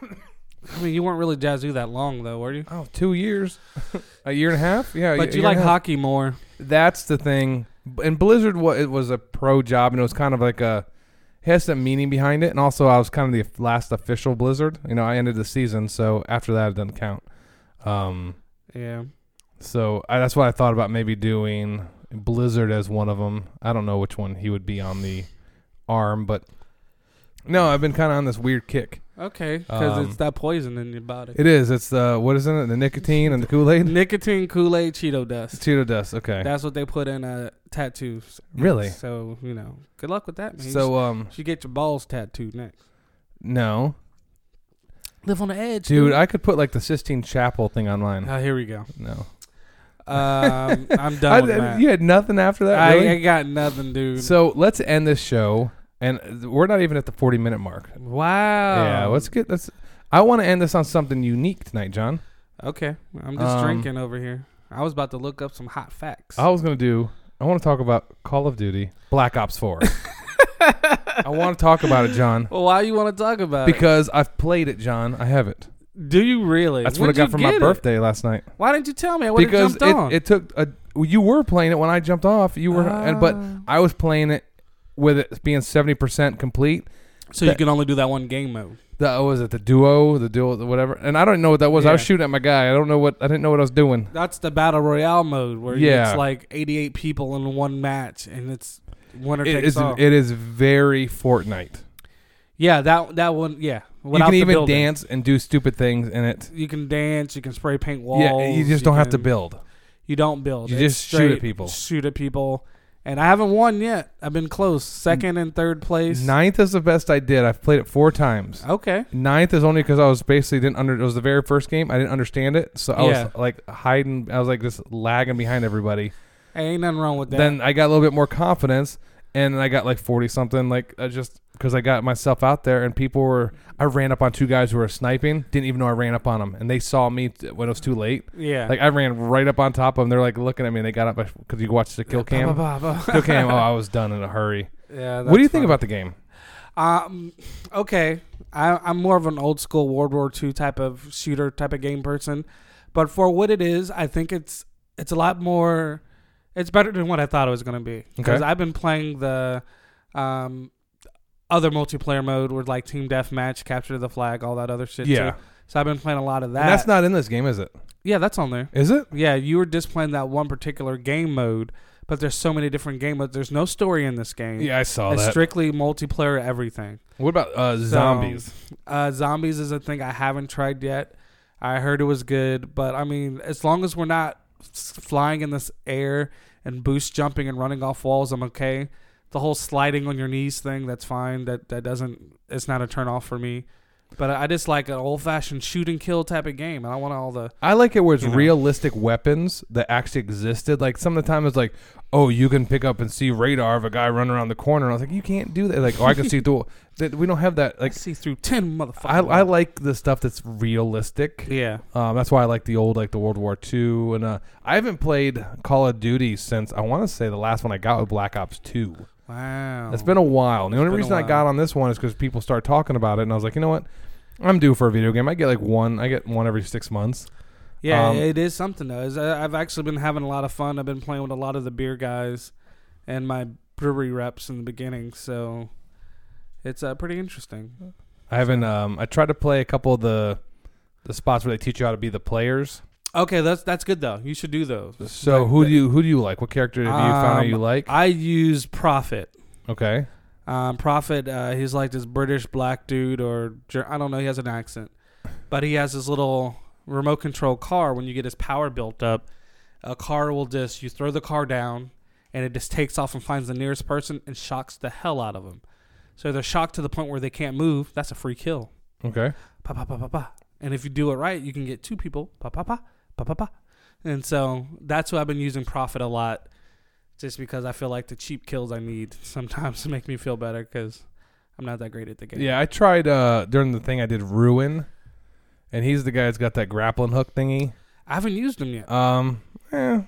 [SPEAKER 2] I mean, you weren't really Jazoo that long though, were you?
[SPEAKER 1] Oh, two years, [LAUGHS] a year and a half. Yeah,
[SPEAKER 2] But
[SPEAKER 1] a
[SPEAKER 2] you
[SPEAKER 1] year
[SPEAKER 2] like
[SPEAKER 1] and a half.
[SPEAKER 2] hockey more.
[SPEAKER 1] That's the thing. B- And Blizzard was it was a pro job, and it was kind of like a it has some meaning behind it. And also, I was kind of the last official Blizzard. You know, I ended the season, so after that, it doesn't count. Um,
[SPEAKER 2] Yeah.
[SPEAKER 1] so I, that's why I thought about maybe doing Blizzard as one of them. I don't know which one he would be on the arm, but no, I've been kind of on this weird kick.
[SPEAKER 2] Okay, because
[SPEAKER 1] Um,
[SPEAKER 2] it's that poison in your body.
[SPEAKER 1] It is. It's the what is in it? The nicotine and the Kool Aid.
[SPEAKER 2] Nicotine, Kool Aid, Cheeto dust.
[SPEAKER 1] Cheeto dust. Okay.
[SPEAKER 2] That's what they put in uh, tattoos.
[SPEAKER 1] Really?
[SPEAKER 2] So you know, good luck with that, man. So
[SPEAKER 1] So um,
[SPEAKER 2] you should get your balls tattooed next.
[SPEAKER 1] no,
[SPEAKER 2] Live on the edge,
[SPEAKER 1] dude, I could put like the Sistine Chapel thing online.
[SPEAKER 2] Oh, here
[SPEAKER 1] [LAUGHS]
[SPEAKER 2] we go.
[SPEAKER 1] No,
[SPEAKER 2] Um, I'm done
[SPEAKER 1] I,
[SPEAKER 2] with that.
[SPEAKER 1] you had nothing after that.
[SPEAKER 2] I, I
[SPEAKER 1] Really?
[SPEAKER 2] got nothing, dude.
[SPEAKER 1] so let's end this show, and uh, we're not even at the forty minute mark.
[SPEAKER 2] Um, wow.
[SPEAKER 1] yeah, let's get let's. I want to end this on something unique tonight, John.
[SPEAKER 2] Okay, I'm just
[SPEAKER 1] Um, Oh.
[SPEAKER 2] drinking over here. I was about to look up some hot facts.
[SPEAKER 1] I was gonna do. I want to talk about Call of Duty Black Ops
[SPEAKER 2] [LAUGHS]
[SPEAKER 1] Four. I want to talk about it, John,
[SPEAKER 2] Well, why you want to talk about it?
[SPEAKER 1] because I've played it, John. I have it.
[SPEAKER 2] Do you really?
[SPEAKER 1] That's what I
[SPEAKER 2] When'd
[SPEAKER 1] got
[SPEAKER 2] you
[SPEAKER 1] for my
[SPEAKER 2] get it?
[SPEAKER 1] birthday last night.
[SPEAKER 2] Why didn't you tell me? I would have
[SPEAKER 1] Because
[SPEAKER 2] jumped on.
[SPEAKER 1] it, it took a. well, You were playing it when I jumped off. You were, and, but
[SPEAKER 2] Ah.
[SPEAKER 1] I was playing it with it being seventy percent complete.
[SPEAKER 2] so you can only do that one game mode.
[SPEAKER 1] The oh, was it the duo, the duo, the whatever, and I don't know what that was. I was
[SPEAKER 2] Yeah.
[SPEAKER 1] shooting at my guy. I don't know what. I didn't know what I was doing.
[SPEAKER 2] That's the battle royale mode where
[SPEAKER 1] Yeah.
[SPEAKER 2] it's like 88 people in one match and it's winner
[SPEAKER 1] It
[SPEAKER 2] takes
[SPEAKER 1] is.
[SPEAKER 2] all.
[SPEAKER 1] It is very Fortnite.
[SPEAKER 2] yeah, that that one. Yeah, without
[SPEAKER 1] you
[SPEAKER 2] the
[SPEAKER 1] can even
[SPEAKER 2] building.
[SPEAKER 1] dance and do stupid things in it.
[SPEAKER 2] You can dance. You can spray paint walls.
[SPEAKER 1] yeah, you just don't have to
[SPEAKER 2] can-
[SPEAKER 1] build.
[SPEAKER 2] You don't build.
[SPEAKER 1] You
[SPEAKER 2] It's
[SPEAKER 1] just shoot at
[SPEAKER 2] straight
[SPEAKER 1] people.
[SPEAKER 2] Shoot at people. And I haven't won yet. I've been close, second and third place.
[SPEAKER 1] Ninth is the best I did. I've played it four times.
[SPEAKER 2] Okay.
[SPEAKER 1] Ninth is only because I was basically didn't under. It was the very first game. I didn't understand it, so I
[SPEAKER 2] Yeah.
[SPEAKER 1] was like hiding. I was like just lagging behind everybody.
[SPEAKER 2] Hey, ain't nothing wrong with that.
[SPEAKER 1] Then I got a little bit more confidence, and I got like forty something. Like I just because I got myself out there, and people were. I ran up on two guys who were sniping. Didn't even know I ran up on them, and they saw me t- when it was too late.
[SPEAKER 2] yeah.
[SPEAKER 1] Like I ran right up on top of them. They're like looking at me, and they got up because you watched the kill
[SPEAKER 2] Bah,
[SPEAKER 1] cam.
[SPEAKER 2] bah, bah, bah.
[SPEAKER 1] Kill cam. Oh, I was done in a hurry.
[SPEAKER 2] [LAUGHS] yeah,
[SPEAKER 1] What do you
[SPEAKER 2] that's funny.
[SPEAKER 1] think about the game?
[SPEAKER 2] Um, okay, I, I'm more of an old school World War II type of shooter type of game person, but for what it is, I think it's it's a lot more. It's better than what I thought it was going to be because
[SPEAKER 1] Okay.
[SPEAKER 2] I've been playing the um, other multiplayer mode with like team deathmatch, capture the flag, all that other shit.
[SPEAKER 1] Yeah.
[SPEAKER 2] too. so I've been playing a lot of that.
[SPEAKER 1] And that's not in this game, is it?
[SPEAKER 2] yeah, that's on there.
[SPEAKER 1] Is it?
[SPEAKER 2] Yeah, you were just playing that one particular game mode, but there's so many different game modes. There's no story in this game.
[SPEAKER 1] Yeah, I saw
[SPEAKER 2] it's
[SPEAKER 1] that.
[SPEAKER 2] strictly multiplayer everything.
[SPEAKER 1] what about uh, zombies?
[SPEAKER 2] um, Uh, zombies is a thing I haven't tried yet. I heard it was good, but I mean, as long as we're not s- flying in this air and boost jumping and running off walls, I'm okay. The whole sliding on your knees thing, that's fine. That that doesn't. It's not a turn off for me. But I I just like an old fashioned shoot and kill type of game. I don't want all the
[SPEAKER 1] I like it where it's
[SPEAKER 2] You know.
[SPEAKER 1] realistic weapons that actually existed. Like some of the time it's like, oh, you can pick up and see radar of a guy running around the corner. I was like, you can't do that. Like, oh, I can see through. [LAUGHS] That we don't have that. Like,
[SPEAKER 2] see through ten motherfuckers.
[SPEAKER 1] I, I like the stuff that's realistic.
[SPEAKER 2] Yeah.
[SPEAKER 1] Um, that's why I like the old, like the World War II, and uh, I haven't played Call of Duty since I want to say the last one I got was Black Ops Two.
[SPEAKER 2] Wow.
[SPEAKER 1] It's been a while. And the only
[SPEAKER 2] been a
[SPEAKER 1] reason I
[SPEAKER 2] while.
[SPEAKER 1] got on this one is because people started talking about it, and I was like, you know what? I'm due for a video game. I get like one. I get one every six months.
[SPEAKER 2] Yeah,
[SPEAKER 1] Um,
[SPEAKER 2] it is something though. It's- I- I've actually been having a lot of fun. I've been playing with a lot of the beer guys and my brewery reps in the beginning, so it's uh, pretty interesting.
[SPEAKER 1] I haven't. Um, I tried to play a couple of the the spots where they teach you how to be the players.
[SPEAKER 2] Okay, that's that's good though. You should do those.
[SPEAKER 1] So
[SPEAKER 2] Like
[SPEAKER 1] who
[SPEAKER 2] the-
[SPEAKER 1] do you who do you like? What character have you found out
[SPEAKER 2] Um,
[SPEAKER 1] you like?
[SPEAKER 2] I use Prophet.
[SPEAKER 1] okay,
[SPEAKER 2] Um, Prophet, uh, he's like this British black dude, or Ger- I don't know, he has an accent, but he has this little remote control car. When you get his power built up, a car will just you throw the car down, and it just takes off and finds the nearest person and shocks the hell out of them. So they're shocked to the point where they can't move. That's a free kill.
[SPEAKER 1] okay.
[SPEAKER 2] Pa pa pa pa pa. And if you do it right, you can get two people. Pa pa pa pa pa pa. And so that's why I've been using Prophet a lot, just because I feel like the cheap kills I need sometimes [LAUGHS] to make me feel better because I'm not that great at the game.
[SPEAKER 1] Yeah, I tried uh, during the thing I did Ruin, and he's the guy that's got that grappling hook thingy.
[SPEAKER 2] I haven't used them yet.
[SPEAKER 1] Um, eh.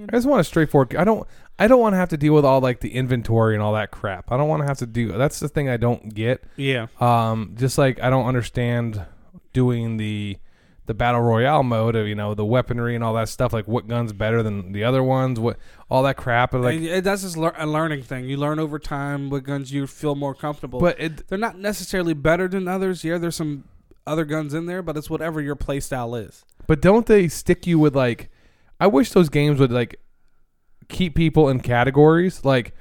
[SPEAKER 1] I just want a straightforward. I don't. I don't want to have to deal with all like the inventory and all that crap. I don't want to have to do. That's the thing I don't get.
[SPEAKER 2] Yeah.
[SPEAKER 1] Um, just like I don't understand doing the the battle royale mode of you know the weaponry and all that stuff. Like what guns better than the other ones? What all that crap? And like,
[SPEAKER 2] And it- that's just lear- a learning thing. You learn over time what guns you feel more comfortable.
[SPEAKER 1] but it,
[SPEAKER 2] they're not necessarily better than others. Yeah, there's some other guns in there, but it's whatever your play style is.
[SPEAKER 1] But don't they stick you with like? I wish those games would like keep people in categories. Like,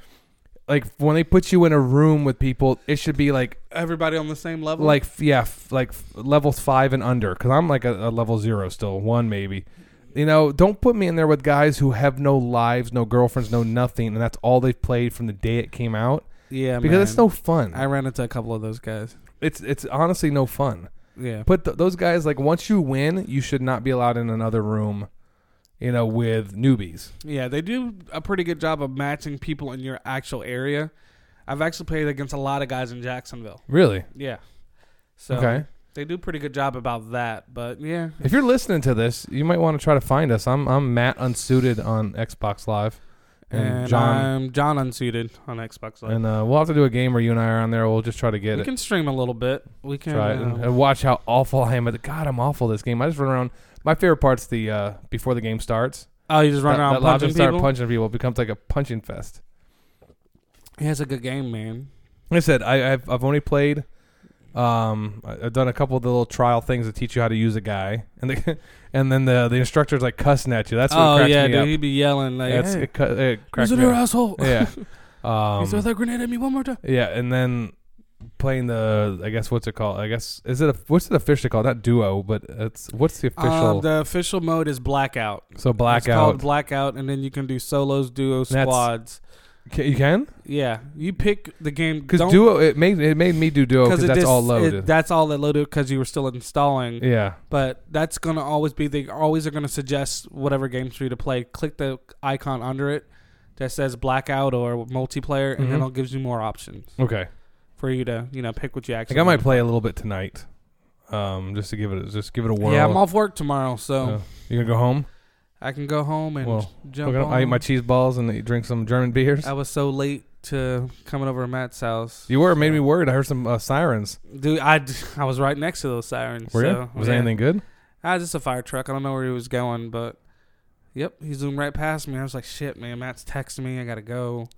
[SPEAKER 1] like when they put you in a room with people, it should be like,
[SPEAKER 2] Everybody on the same level.
[SPEAKER 1] like f- yeah, f- like f- level five and under. Because I'm like a, a level zero still, one maybe. You know, don't put me in there with guys who have no lives, no girlfriends, no nothing, and that's all they've played from the day it came out.
[SPEAKER 2] yeah,
[SPEAKER 1] Because it's
[SPEAKER 2] man.
[SPEAKER 1] no fun.
[SPEAKER 2] I ran into a couple of those guys.
[SPEAKER 1] it's it's honestly no fun.
[SPEAKER 2] Yeah.
[SPEAKER 1] But th- those guys, like, once you win, you should not be allowed in another room, you know, with newbies.
[SPEAKER 2] Yeah, they do a pretty good job of matching people in your actual area. I've actually played against a lot of guys in Jacksonville.
[SPEAKER 1] Really?
[SPEAKER 2] Yeah. So
[SPEAKER 1] Okay.
[SPEAKER 2] they do a pretty good job about that, but yeah.
[SPEAKER 1] If you're listening to this, you might want to try to find us. I'm I'm Matt Unsuited on Xbox Live, and, John,
[SPEAKER 2] I'm John Unseated on Xbox Live.
[SPEAKER 1] and uh, we'll have to do a game where you and I are on there. We'll just try to get
[SPEAKER 2] we
[SPEAKER 1] it,
[SPEAKER 2] can stream a little bit. We can
[SPEAKER 1] try it, and,
[SPEAKER 2] uh,
[SPEAKER 1] and watch how awful I am. At the, God, I'm awful at this game. I just run around. My favorite part's the uh, before the game starts.
[SPEAKER 2] Oh, you just run
[SPEAKER 1] That-
[SPEAKER 2] around
[SPEAKER 1] that lobby
[SPEAKER 2] punching
[SPEAKER 1] start
[SPEAKER 2] people.
[SPEAKER 1] punching people. It becomes like a punching fest.
[SPEAKER 2] yeah, it's a good game, man.
[SPEAKER 1] Like I said, I, I've I've only played. Um, I- I've done a couple of the little trial things that teach you how to use a guy, and the, [LAUGHS] and then the the instructor's like cussing at you. That's what
[SPEAKER 2] oh
[SPEAKER 1] cracks
[SPEAKER 2] yeah,
[SPEAKER 1] me
[SPEAKER 2] dude,
[SPEAKER 1] up.
[SPEAKER 2] he'd be yelling like,
[SPEAKER 1] It's,
[SPEAKER 2] hey,
[SPEAKER 1] it, cu- it cracks
[SPEAKER 2] "Use it
[SPEAKER 1] me
[SPEAKER 2] your
[SPEAKER 1] up.
[SPEAKER 2] asshole."
[SPEAKER 1] Yeah.
[SPEAKER 2] [LAUGHS] You throw
[SPEAKER 1] Um,
[SPEAKER 2] that grenade at me one more time.
[SPEAKER 1] yeah, and then playing the I guess what's it called? I guess is it a, what's it officially called? Not duo, but it's what's the official?
[SPEAKER 2] Um, the official mode is blackout.
[SPEAKER 1] so
[SPEAKER 2] It's called
[SPEAKER 1] blackout.
[SPEAKER 2] Blackout, and then you can do solos, duos,
[SPEAKER 1] That's-
[SPEAKER 2] squads.
[SPEAKER 1] Ca- you can
[SPEAKER 2] Yeah, you pick the game
[SPEAKER 1] because
[SPEAKER 2] don't-
[SPEAKER 1] duo it made it made me do duo because
[SPEAKER 2] it
[SPEAKER 1] that's
[SPEAKER 2] just-
[SPEAKER 1] all
[SPEAKER 2] it-
[SPEAKER 1] loaded.
[SPEAKER 2] that's all that loaded because you were still installing.
[SPEAKER 1] yeah,
[SPEAKER 2] But that's gonna always be. They always are gonna suggest whatever games for you to play. Click the icon under it that says Blackout or multiplayer, and then
[SPEAKER 1] Mhm.
[SPEAKER 2] it gives you more options
[SPEAKER 1] okay.
[SPEAKER 2] for you to you know pick what you actually.
[SPEAKER 1] Like I might
[SPEAKER 2] wanna
[SPEAKER 1] play a little bit tonight, um, just to give it a- just give it a whirl.
[SPEAKER 2] Yeah, I'm off work tomorrow, so
[SPEAKER 1] Uh, you gonna go home?
[SPEAKER 2] I can go home and
[SPEAKER 1] Well,
[SPEAKER 2] jump.
[SPEAKER 1] We're gonna- I eat
[SPEAKER 2] on.
[SPEAKER 1] my cheese balls and drink some German beers.
[SPEAKER 2] I was so late to coming over to Matt's house.
[SPEAKER 1] you were it made me worried. I heard some uh, sirens.
[SPEAKER 2] Dude, I, d- I was right next to those sirens.
[SPEAKER 1] Were you?
[SPEAKER 2] so,
[SPEAKER 1] Was
[SPEAKER 2] yeah.
[SPEAKER 1] anything good?
[SPEAKER 2] I was Ah, just a fire truck. I don't know where he was going, but yep, he zoomed right past me. I was like, shit, man, Matt's texting me. I gotta go.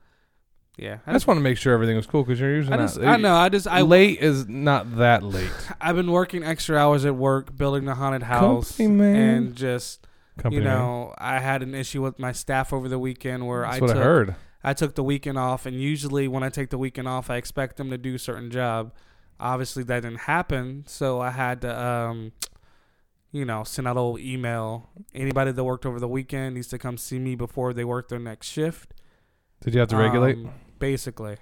[SPEAKER 2] Yeah,
[SPEAKER 1] I just want to make sure everything was cool because you're usually
[SPEAKER 2] I,
[SPEAKER 1] not.
[SPEAKER 2] just, I know. I just I
[SPEAKER 1] late is not that late.
[SPEAKER 2] I've been working extra hours at work building the haunted house
[SPEAKER 1] Company man.
[SPEAKER 2] and just
[SPEAKER 1] Company
[SPEAKER 2] you know I had an issue with my staff over the weekend where
[SPEAKER 1] that's
[SPEAKER 2] I
[SPEAKER 1] what
[SPEAKER 2] took
[SPEAKER 1] I heard.
[SPEAKER 2] I took the weekend off, and usually when I take the weekend off, I expect them to do a certain job. Obviously, that didn't happen, so I had to, um, you know, send out a little email. Anybody that worked over the weekend needs to come see me before they work their next shift.
[SPEAKER 1] Did you have to regulate?
[SPEAKER 2] Um, basically.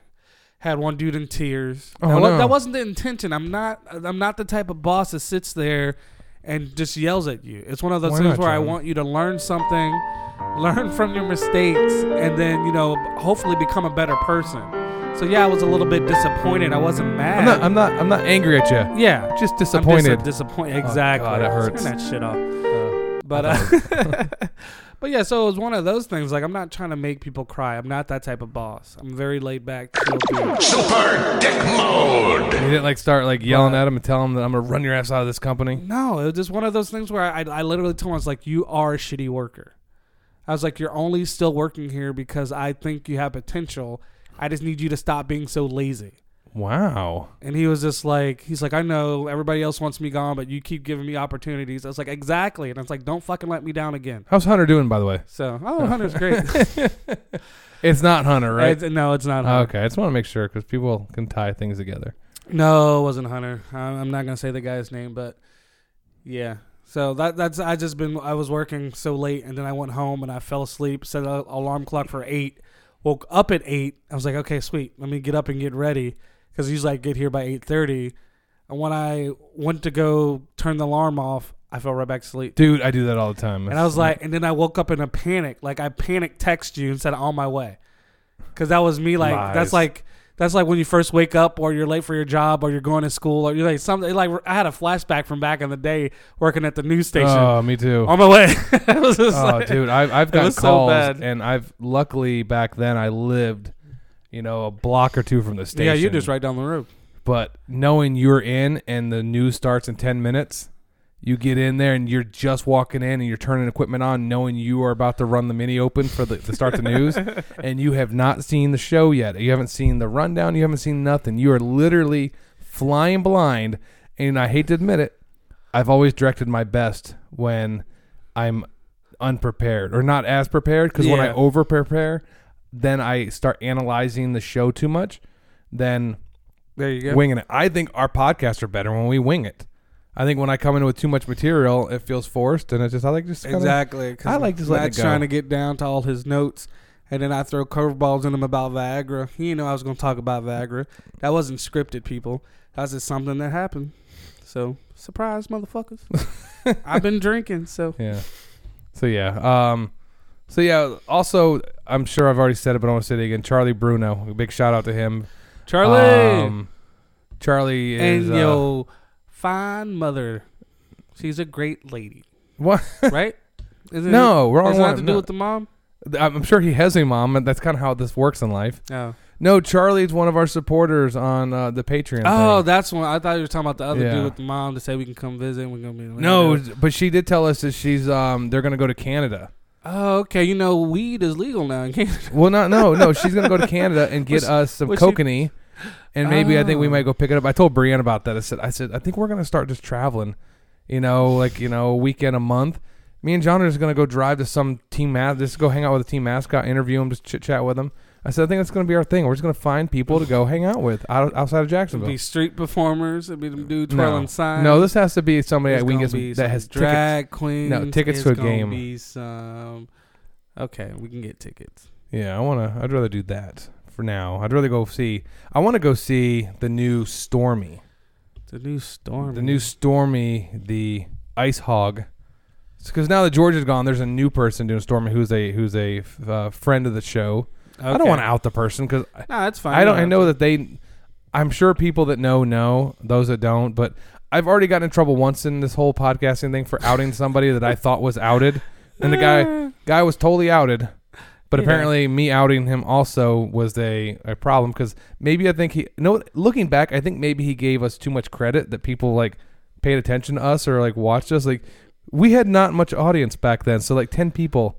[SPEAKER 2] Had one dude in tears.
[SPEAKER 1] Oh,
[SPEAKER 2] that,
[SPEAKER 1] no.
[SPEAKER 2] that wasn't the intention. I'm not. I'm not the type of boss that sits there and just yells at you. It's one of those
[SPEAKER 1] Why
[SPEAKER 2] things
[SPEAKER 1] not,
[SPEAKER 2] where I
[SPEAKER 1] John?
[SPEAKER 2] want you to learn something, learn from your mistakes, and then you know hopefully become a better person. So yeah, I was a little bit disappointed. I wasn't mad.
[SPEAKER 1] I'm not. I'm not. I'm not angry at you.
[SPEAKER 2] yeah,
[SPEAKER 1] Just
[SPEAKER 2] I'm just
[SPEAKER 1] disappointed. Oh,
[SPEAKER 2] a disappoint-
[SPEAKER 1] God,
[SPEAKER 2] Exactly.
[SPEAKER 1] that hurts.
[SPEAKER 2] Turn that shit off.
[SPEAKER 1] Uh,
[SPEAKER 2] But uh, [LAUGHS] but yeah, so it was one of those things. Like I'm not trying to make people cry. I'm not that type of boss. I'm very laid back. chill dude.
[SPEAKER 4] Super Dick Mode.
[SPEAKER 1] you didn't like start like yelling at him and tell him that I'm gonna run your ass out of this company.
[SPEAKER 2] No, it was just one of those things where I, I literally told him, I was like, you are a shitty worker. I was like, you're only still working here because I think you have potential. I just need you to stop being so lazy.
[SPEAKER 1] Wow.
[SPEAKER 2] And he was just like, he's like, I know everybody else wants me gone, but you keep giving me opportunities. I was like, exactly. And I was like, don't fucking let me down again.
[SPEAKER 1] How's Hunter doing, by the way?
[SPEAKER 2] So, oh, [LAUGHS] Hunter's great.
[SPEAKER 1] It's not Hunter, right?
[SPEAKER 2] It's- no, it's not Hunter.
[SPEAKER 1] okay. I just want to make sure because people can tie things together.
[SPEAKER 2] No, it wasn't Hunter. I- I'm not gonna say the guy's name, but yeah. So that that's I just been I was working so late, and then I went home and I fell asleep. Set an alarm clock for eight. Woke up at eight. I was like, okay, sweet. Let me get up and get ready because usually I get here by eight thirty. And when I went to go turn the alarm off, I fell right back to sleep.
[SPEAKER 1] Dude, I do that all the time.
[SPEAKER 2] And I was like, and then I woke up in a panic. Like I panic text you and said on my way, because that was me. Like
[SPEAKER 1] Lies.
[SPEAKER 2] that's like that's like when you first wake up, or you're late for your job, or you're going to school, or you're like something. Like I had a flashback from back in the day working at the news station.
[SPEAKER 1] oh, me too.
[SPEAKER 2] on my way. [LAUGHS] It was
[SPEAKER 1] [LAUGHS]
[SPEAKER 2] just
[SPEAKER 1] Oh,
[SPEAKER 2] like-
[SPEAKER 1] dude, I've I've
[SPEAKER 2] [LAUGHS] It
[SPEAKER 1] got
[SPEAKER 2] was so
[SPEAKER 1] calls,
[SPEAKER 2] bad.
[SPEAKER 1] and I've luckily back then I lived, you know, a block or two from the station.
[SPEAKER 2] Yeah, you just right down the road.
[SPEAKER 1] But knowing you're in and the news starts in ten minutes, you get in there and you're just walking in and you're turning equipment on, knowing you are about to run the mini open for the to start the news, and you have not seen the show yet. You haven't seen the rundown. You haven't seen nothing. You are literally flying blind, and I hate to admit it, I've always directed my best when I'm unprepared or not as prepared because when I
[SPEAKER 2] Yeah.
[SPEAKER 1] over prepare, then I start analyzing the show too much, then
[SPEAKER 2] There you go.
[SPEAKER 1] winging it. I think our podcasts are better when we wing it. I think when I come in with too much material, it feels forced, and it's just I like just kinda,
[SPEAKER 2] Exactly. 'cause
[SPEAKER 1] I like just letting it
[SPEAKER 2] Matt's
[SPEAKER 1] go.
[SPEAKER 2] trying to get down to all his notes, and then I throw curveballs in him about Viagra. He didn't know I was going to talk about Viagra. That wasn't scripted, people. That's just something that happened. So
[SPEAKER 1] [LAUGHS]
[SPEAKER 2] surprise, motherfuckers. I've been drinking, so
[SPEAKER 1] Yeah. So yeah. Um. So yeah. Also, I'm sure I've already said it, but I want to say it again. Charlie Bruno, a big shout out to him.
[SPEAKER 2] Charlie
[SPEAKER 1] Um, Charlie
[SPEAKER 2] and
[SPEAKER 1] is uh,
[SPEAKER 2] yo fine mother. She's a great lady,
[SPEAKER 1] [LAUGHS] what?
[SPEAKER 2] right? Isn't
[SPEAKER 1] No, we're
[SPEAKER 2] it,
[SPEAKER 1] on
[SPEAKER 2] doesn't it
[SPEAKER 1] one.
[SPEAKER 2] have to do
[SPEAKER 1] no.
[SPEAKER 2] with the mom.
[SPEAKER 1] I'm I'm sure he has a mom, and that's kind of how this works in life.
[SPEAKER 2] Oh,
[SPEAKER 1] No, Charlie's one of our supporters on uh, the Patreon.
[SPEAKER 2] oh,
[SPEAKER 1] thing.
[SPEAKER 2] that's one. I thought you were talking about the other
[SPEAKER 1] Yeah.
[SPEAKER 2] dude with the mom to say we can come visit. We're gonna be
[SPEAKER 1] no, but she did tell us that she's um they're gonna go to Canada.
[SPEAKER 2] Oh, okay. You know, weed is legal now in Canada.
[SPEAKER 1] Well, not no no she's gonna go to Canada and get
[SPEAKER 2] [LAUGHS] Was-
[SPEAKER 1] us some
[SPEAKER 2] was she-
[SPEAKER 1] kokanee, and maybe I think we
[SPEAKER 2] Oh.
[SPEAKER 1] might go pick it up. I told Brienne about that. I said I said I think we're gonna start just traveling, you know, like you know a weekend a month. Me and John are just gonna go drive to some team mas just go hang out with a team mascot, interview him, just chit chat with him. I said I think that's gonna be our thing. We're just gonna find people to
[SPEAKER 2] [SIGHS]
[SPEAKER 1] go hang out with out, outside of
[SPEAKER 2] It'd
[SPEAKER 1] Jacksonville.
[SPEAKER 2] be street performers. It'd be them dudes
[SPEAKER 1] No.
[SPEAKER 2] twirling signs.
[SPEAKER 1] No, this has to be somebody
[SPEAKER 2] It's
[SPEAKER 1] that we can
[SPEAKER 2] gonna
[SPEAKER 1] get some,
[SPEAKER 2] be
[SPEAKER 1] that
[SPEAKER 2] some
[SPEAKER 1] has tickets.
[SPEAKER 2] drag queens.
[SPEAKER 1] tickets
[SPEAKER 2] It's
[SPEAKER 1] to a
[SPEAKER 2] gonna
[SPEAKER 1] game.
[SPEAKER 2] Be some. Okay, we can get tickets.
[SPEAKER 1] Yeah, I wanna. I'd rather do that for now. I'd rather go see. I want to go see the new Stormy,
[SPEAKER 2] The new storm.
[SPEAKER 1] the new Stormy, the Ice Hog. Because now that George is gone, there's a new person doing Stormy who's a who's a f- uh, friend of the show. I don't want to out the person because
[SPEAKER 2] No, that's fine.
[SPEAKER 1] I don't. I
[SPEAKER 2] have
[SPEAKER 1] know
[SPEAKER 2] to.
[SPEAKER 1] that they. I'm sure people that know know. Those that don't, but I've already gotten in trouble once in this whole podcasting thing for outing somebody that I thought was outed, and the guy guy was totally outed. But
[SPEAKER 2] Yeah.
[SPEAKER 1] apparently, me outing him also was a, a problem because maybe I think he no. Looking back, I think maybe he gave us too much credit that people like paid attention to us or like watched us. Like we had not much audience back then, so like ten people,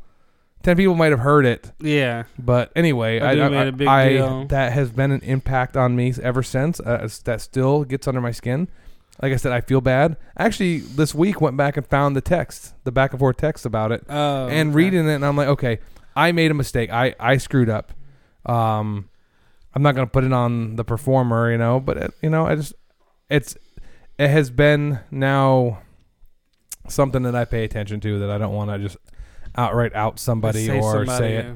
[SPEAKER 1] ten people might have heard it.
[SPEAKER 2] Yeah.
[SPEAKER 1] But anyway,
[SPEAKER 2] That
[SPEAKER 1] I,
[SPEAKER 2] dude
[SPEAKER 1] I,
[SPEAKER 2] made a big
[SPEAKER 1] I-
[SPEAKER 2] deal.
[SPEAKER 1] that has been an impact on me ever since. Uh, it's- that still gets under my skin. Like I said, I feel bad. Actually, this week went back and found the text, the back and forth text about it,
[SPEAKER 2] Oh,
[SPEAKER 1] and
[SPEAKER 2] okay.
[SPEAKER 1] reading it, and I'm like, okay, I made a mistake. I I screwed up. Um, I'm not gonna put it on the performer, you know. But it, you know, I just it's it has been now something that I pay attention to that I don't want to just outright out somebody
[SPEAKER 2] Say
[SPEAKER 1] or
[SPEAKER 2] somebody,
[SPEAKER 1] say it.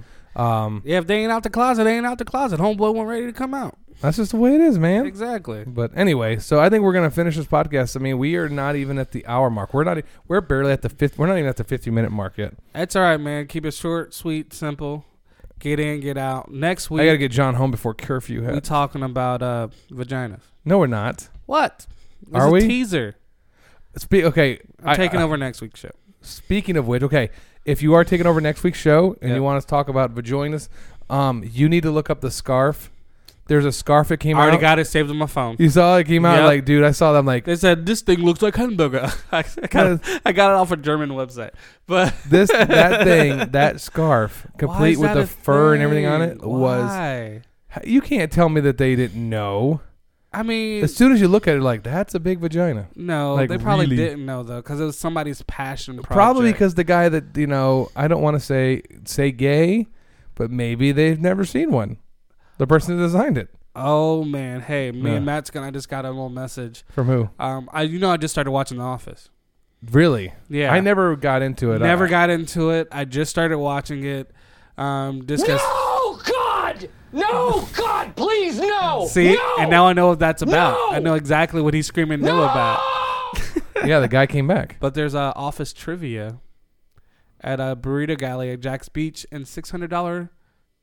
[SPEAKER 1] Um,
[SPEAKER 2] Yeah. yeah, if they ain't out the closet, they ain't out the closet. Homeboy wasn't ready to come out.
[SPEAKER 1] That's just the way it is, man.
[SPEAKER 2] Exactly.
[SPEAKER 1] But anyway, so I think we're gonna finish this podcast. I mean, we are not even at the hour mark. We're not. e- We're barely at the fifth. We're not even at the fifty minute mark yet.
[SPEAKER 2] That's all right, man. Keep it short, sweet, simple. Get in, get out. Next
[SPEAKER 1] I gotta
[SPEAKER 2] week,
[SPEAKER 1] get John home before curfew
[SPEAKER 2] we
[SPEAKER 1] hits.
[SPEAKER 2] talking about uh, vaginas.
[SPEAKER 1] no, we're not.
[SPEAKER 2] What? It's
[SPEAKER 1] Are
[SPEAKER 2] a
[SPEAKER 1] we?
[SPEAKER 2] teaser?
[SPEAKER 1] Spe- okay,
[SPEAKER 2] I'm
[SPEAKER 1] I-
[SPEAKER 2] taking
[SPEAKER 1] I-
[SPEAKER 2] over next week's show.
[SPEAKER 1] Speaking of which, okay, if you are taking over next week's show and
[SPEAKER 2] Yeah.
[SPEAKER 1] you want us to talk about vaginas, um, you need to look up the scarf. There's a scarf that
[SPEAKER 2] I
[SPEAKER 1] came
[SPEAKER 2] already
[SPEAKER 1] out.
[SPEAKER 2] got it saved on my phone.
[SPEAKER 1] Uh, you saw it came out
[SPEAKER 2] Yep.
[SPEAKER 1] like, dude, I saw them like
[SPEAKER 2] They said this thing looks like hamburger. [LAUGHS] I, I got it, I got it off a German website, but
[SPEAKER 1] this that thing that scarf
[SPEAKER 2] [LAUGHS] Why
[SPEAKER 1] complete
[SPEAKER 2] is
[SPEAKER 1] with
[SPEAKER 2] that
[SPEAKER 1] the
[SPEAKER 2] a
[SPEAKER 1] fur and everything on
[SPEAKER 2] thing?
[SPEAKER 1] it was
[SPEAKER 2] Why?
[SPEAKER 1] you can't tell me that they didn't know.
[SPEAKER 2] I mean,
[SPEAKER 1] As soon as you look at it, like that's a big vagina.
[SPEAKER 2] no,
[SPEAKER 1] like,
[SPEAKER 2] they probably
[SPEAKER 1] really-
[SPEAKER 2] didn't know though, because it was somebody's passion. Project.
[SPEAKER 1] Probably because the guy that you know, I don't want to say say gay, but maybe they've never seen one. The person that designed it
[SPEAKER 2] Oh man, hey, me
[SPEAKER 1] Yeah.
[SPEAKER 2] and Matt's gonna. I just got a little message.
[SPEAKER 1] from who?
[SPEAKER 2] Um, I you know I just started watching The Office.
[SPEAKER 1] Really?
[SPEAKER 2] Yeah,
[SPEAKER 1] I never got into it.
[SPEAKER 2] never
[SPEAKER 1] I-
[SPEAKER 2] got into it. I just started watching it. Um, just 'cause-
[SPEAKER 7] No, God! No, God, please, no!
[SPEAKER 2] see,
[SPEAKER 7] no!
[SPEAKER 2] and now I know what that's about. I
[SPEAKER 7] No!
[SPEAKER 2] know exactly what he's screaming no, about.
[SPEAKER 1] Yeah, the guy came
[SPEAKER 2] [LAUGHS]
[SPEAKER 1] back.
[SPEAKER 2] But there's a office trivia at a burrito galley at Jack's Beach and six hundred dollar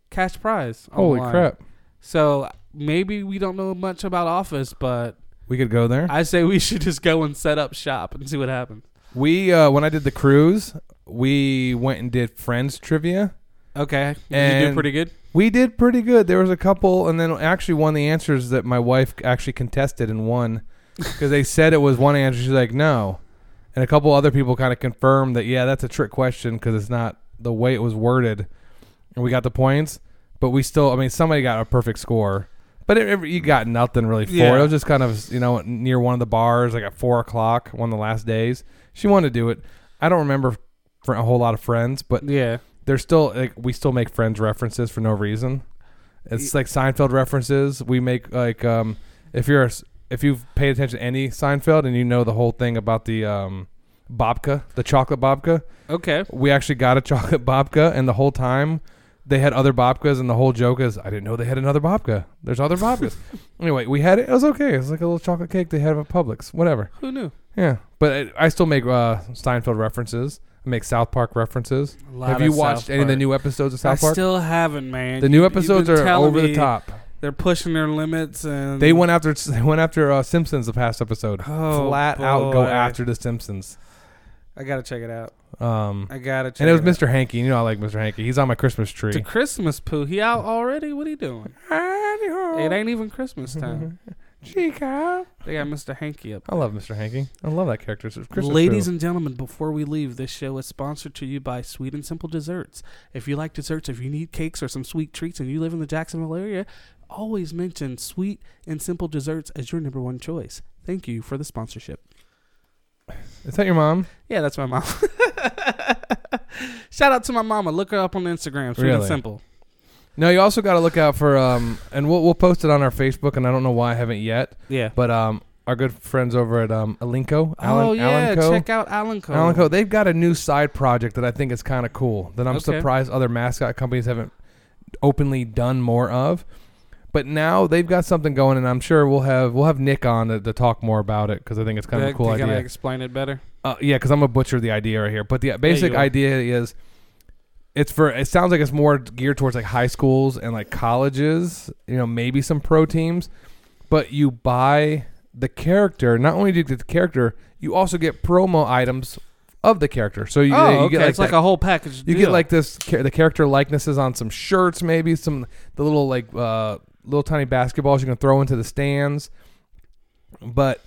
[SPEAKER 2] cash prize. on the
[SPEAKER 1] Holy
[SPEAKER 2] line.
[SPEAKER 1] crap!
[SPEAKER 2] So maybe we don't know much about office, but
[SPEAKER 1] We could go there.
[SPEAKER 2] I say we [LAUGHS] should just go and set up shop and see what happens.
[SPEAKER 1] we uh, when I did the cruise, we went and did Friends trivia.
[SPEAKER 2] Okay. you do
[SPEAKER 1] And-
[SPEAKER 2] pretty good.
[SPEAKER 1] We did pretty good. There was a couple, and then actually one of the answers that my wife actually contested and won because they said it was one answer. She's like, no. And a couple other people kind of confirmed that, yeah, that's a trick question because it's not the way it was worded. And we got the points, but we still, I mean, somebody got a perfect score. But it, it- you got nothing really for
[SPEAKER 2] Yeah.
[SPEAKER 1] it. It was just kind of, you know, near one of the bars, like at four o'clock, one of the last days. She wanted to do it. I don't remember for a whole lot of friends, but
[SPEAKER 2] Yeah.
[SPEAKER 1] there's still like we still make friends references for no reason. It's like Seinfeld references. We make like um if you're a s if you've paid attention to any Seinfeld and you know the whole thing about the um babka, the chocolate babka.
[SPEAKER 2] Okay.
[SPEAKER 1] We actually got a [LAUGHS] chocolate babka and the whole time they had other babkas and the whole joke is I didn't know they had another babka. There's other babkas. anyway, we had it. It was okay. It was like a little chocolate cake they had at Publix. Whatever.
[SPEAKER 2] Who knew?
[SPEAKER 1] Yeah, but it, I still make uh, Seinfeld references. I make South Park references.
[SPEAKER 2] A lot
[SPEAKER 1] Have
[SPEAKER 2] of
[SPEAKER 1] you
[SPEAKER 2] South
[SPEAKER 1] watched any of the
[SPEAKER 2] Park.
[SPEAKER 1] new episodes of
[SPEAKER 2] I
[SPEAKER 1] South Park?
[SPEAKER 2] still haven't, man.
[SPEAKER 1] the new
[SPEAKER 2] You've- you've been
[SPEAKER 1] episodes are
[SPEAKER 2] telling
[SPEAKER 1] over the
[SPEAKER 2] me
[SPEAKER 1] top.
[SPEAKER 2] They're pushing their limits and
[SPEAKER 1] They went after they went after uh, Simpsons the past episode.
[SPEAKER 2] Oh,
[SPEAKER 1] Flat out go
[SPEAKER 2] boy.
[SPEAKER 1] after the Simpsons.
[SPEAKER 2] I gotta check it out.
[SPEAKER 1] Um,
[SPEAKER 2] I gotta check
[SPEAKER 1] and it was
[SPEAKER 2] out.
[SPEAKER 1] Mr. Hanky. You know I like Mr. Hanky. He's on my Christmas
[SPEAKER 2] It's a
[SPEAKER 1] tree.
[SPEAKER 2] Christmas poo. He out already? What he doing? It
[SPEAKER 1] [LAUGHS]
[SPEAKER 2] ain't even Christmas time.
[SPEAKER 1] Chica.
[SPEAKER 2] They got Mr. Hanky up.
[SPEAKER 1] I love Mr. Hanky. I love that character. It's Christmas
[SPEAKER 2] Ladies
[SPEAKER 1] poo.
[SPEAKER 2] and gentlemen, before we leave, this show is sponsored to you by Sweet and Simple Desserts. If you like desserts, if you need cakes or some sweet treats, and you live in the Jacksonville area, always mention Sweet and Simple Desserts as your number one choice. Thank you for the sponsorship.
[SPEAKER 1] is that your mom?
[SPEAKER 2] Yeah, that's my mom. [LAUGHS] Shout out to my mama. Look her up on Instagram. Sweet and
[SPEAKER 1] Really?
[SPEAKER 2] Simple.
[SPEAKER 1] No, you also got to look out for um, and we'll we'll post it on our Facebook. And I don't know why I haven't yet,
[SPEAKER 2] Yeah.
[SPEAKER 1] but um, our good friends over at um, Alinco. Alan,
[SPEAKER 2] oh yeah,
[SPEAKER 1] Alanco.
[SPEAKER 2] check out Alan Co.
[SPEAKER 1] Alan Co. They've got a new side project that I think is kind of cool that I'm
[SPEAKER 2] Okay.
[SPEAKER 1] surprised other mascot companies haven't openly done more of. But now they've got something going, and I'm sure we'll have we'll have Nick on to, to talk more about it because I think it's kind of
[SPEAKER 2] They-
[SPEAKER 1] a cool
[SPEAKER 2] they
[SPEAKER 1] idea.
[SPEAKER 2] gotta explain it better.
[SPEAKER 1] Uh, yeah, because I'm gonna butcher the idea right here. But the basic
[SPEAKER 2] you are.
[SPEAKER 1] idea is, it's for. It sounds like it's more geared towards like high schools and like colleges. You know, maybe some pro teams. But you buy the character. Not only do you get the character, you also get promo items of the character. So you,
[SPEAKER 2] oh,
[SPEAKER 1] you
[SPEAKER 2] okay.
[SPEAKER 1] get like
[SPEAKER 2] it's like
[SPEAKER 1] that-
[SPEAKER 2] a whole package.
[SPEAKER 1] you
[SPEAKER 2] deal.
[SPEAKER 1] get like this cha- the character likenesses on some shirts, maybe some the little like uh, little tiny basketballs you can throw into the stands. But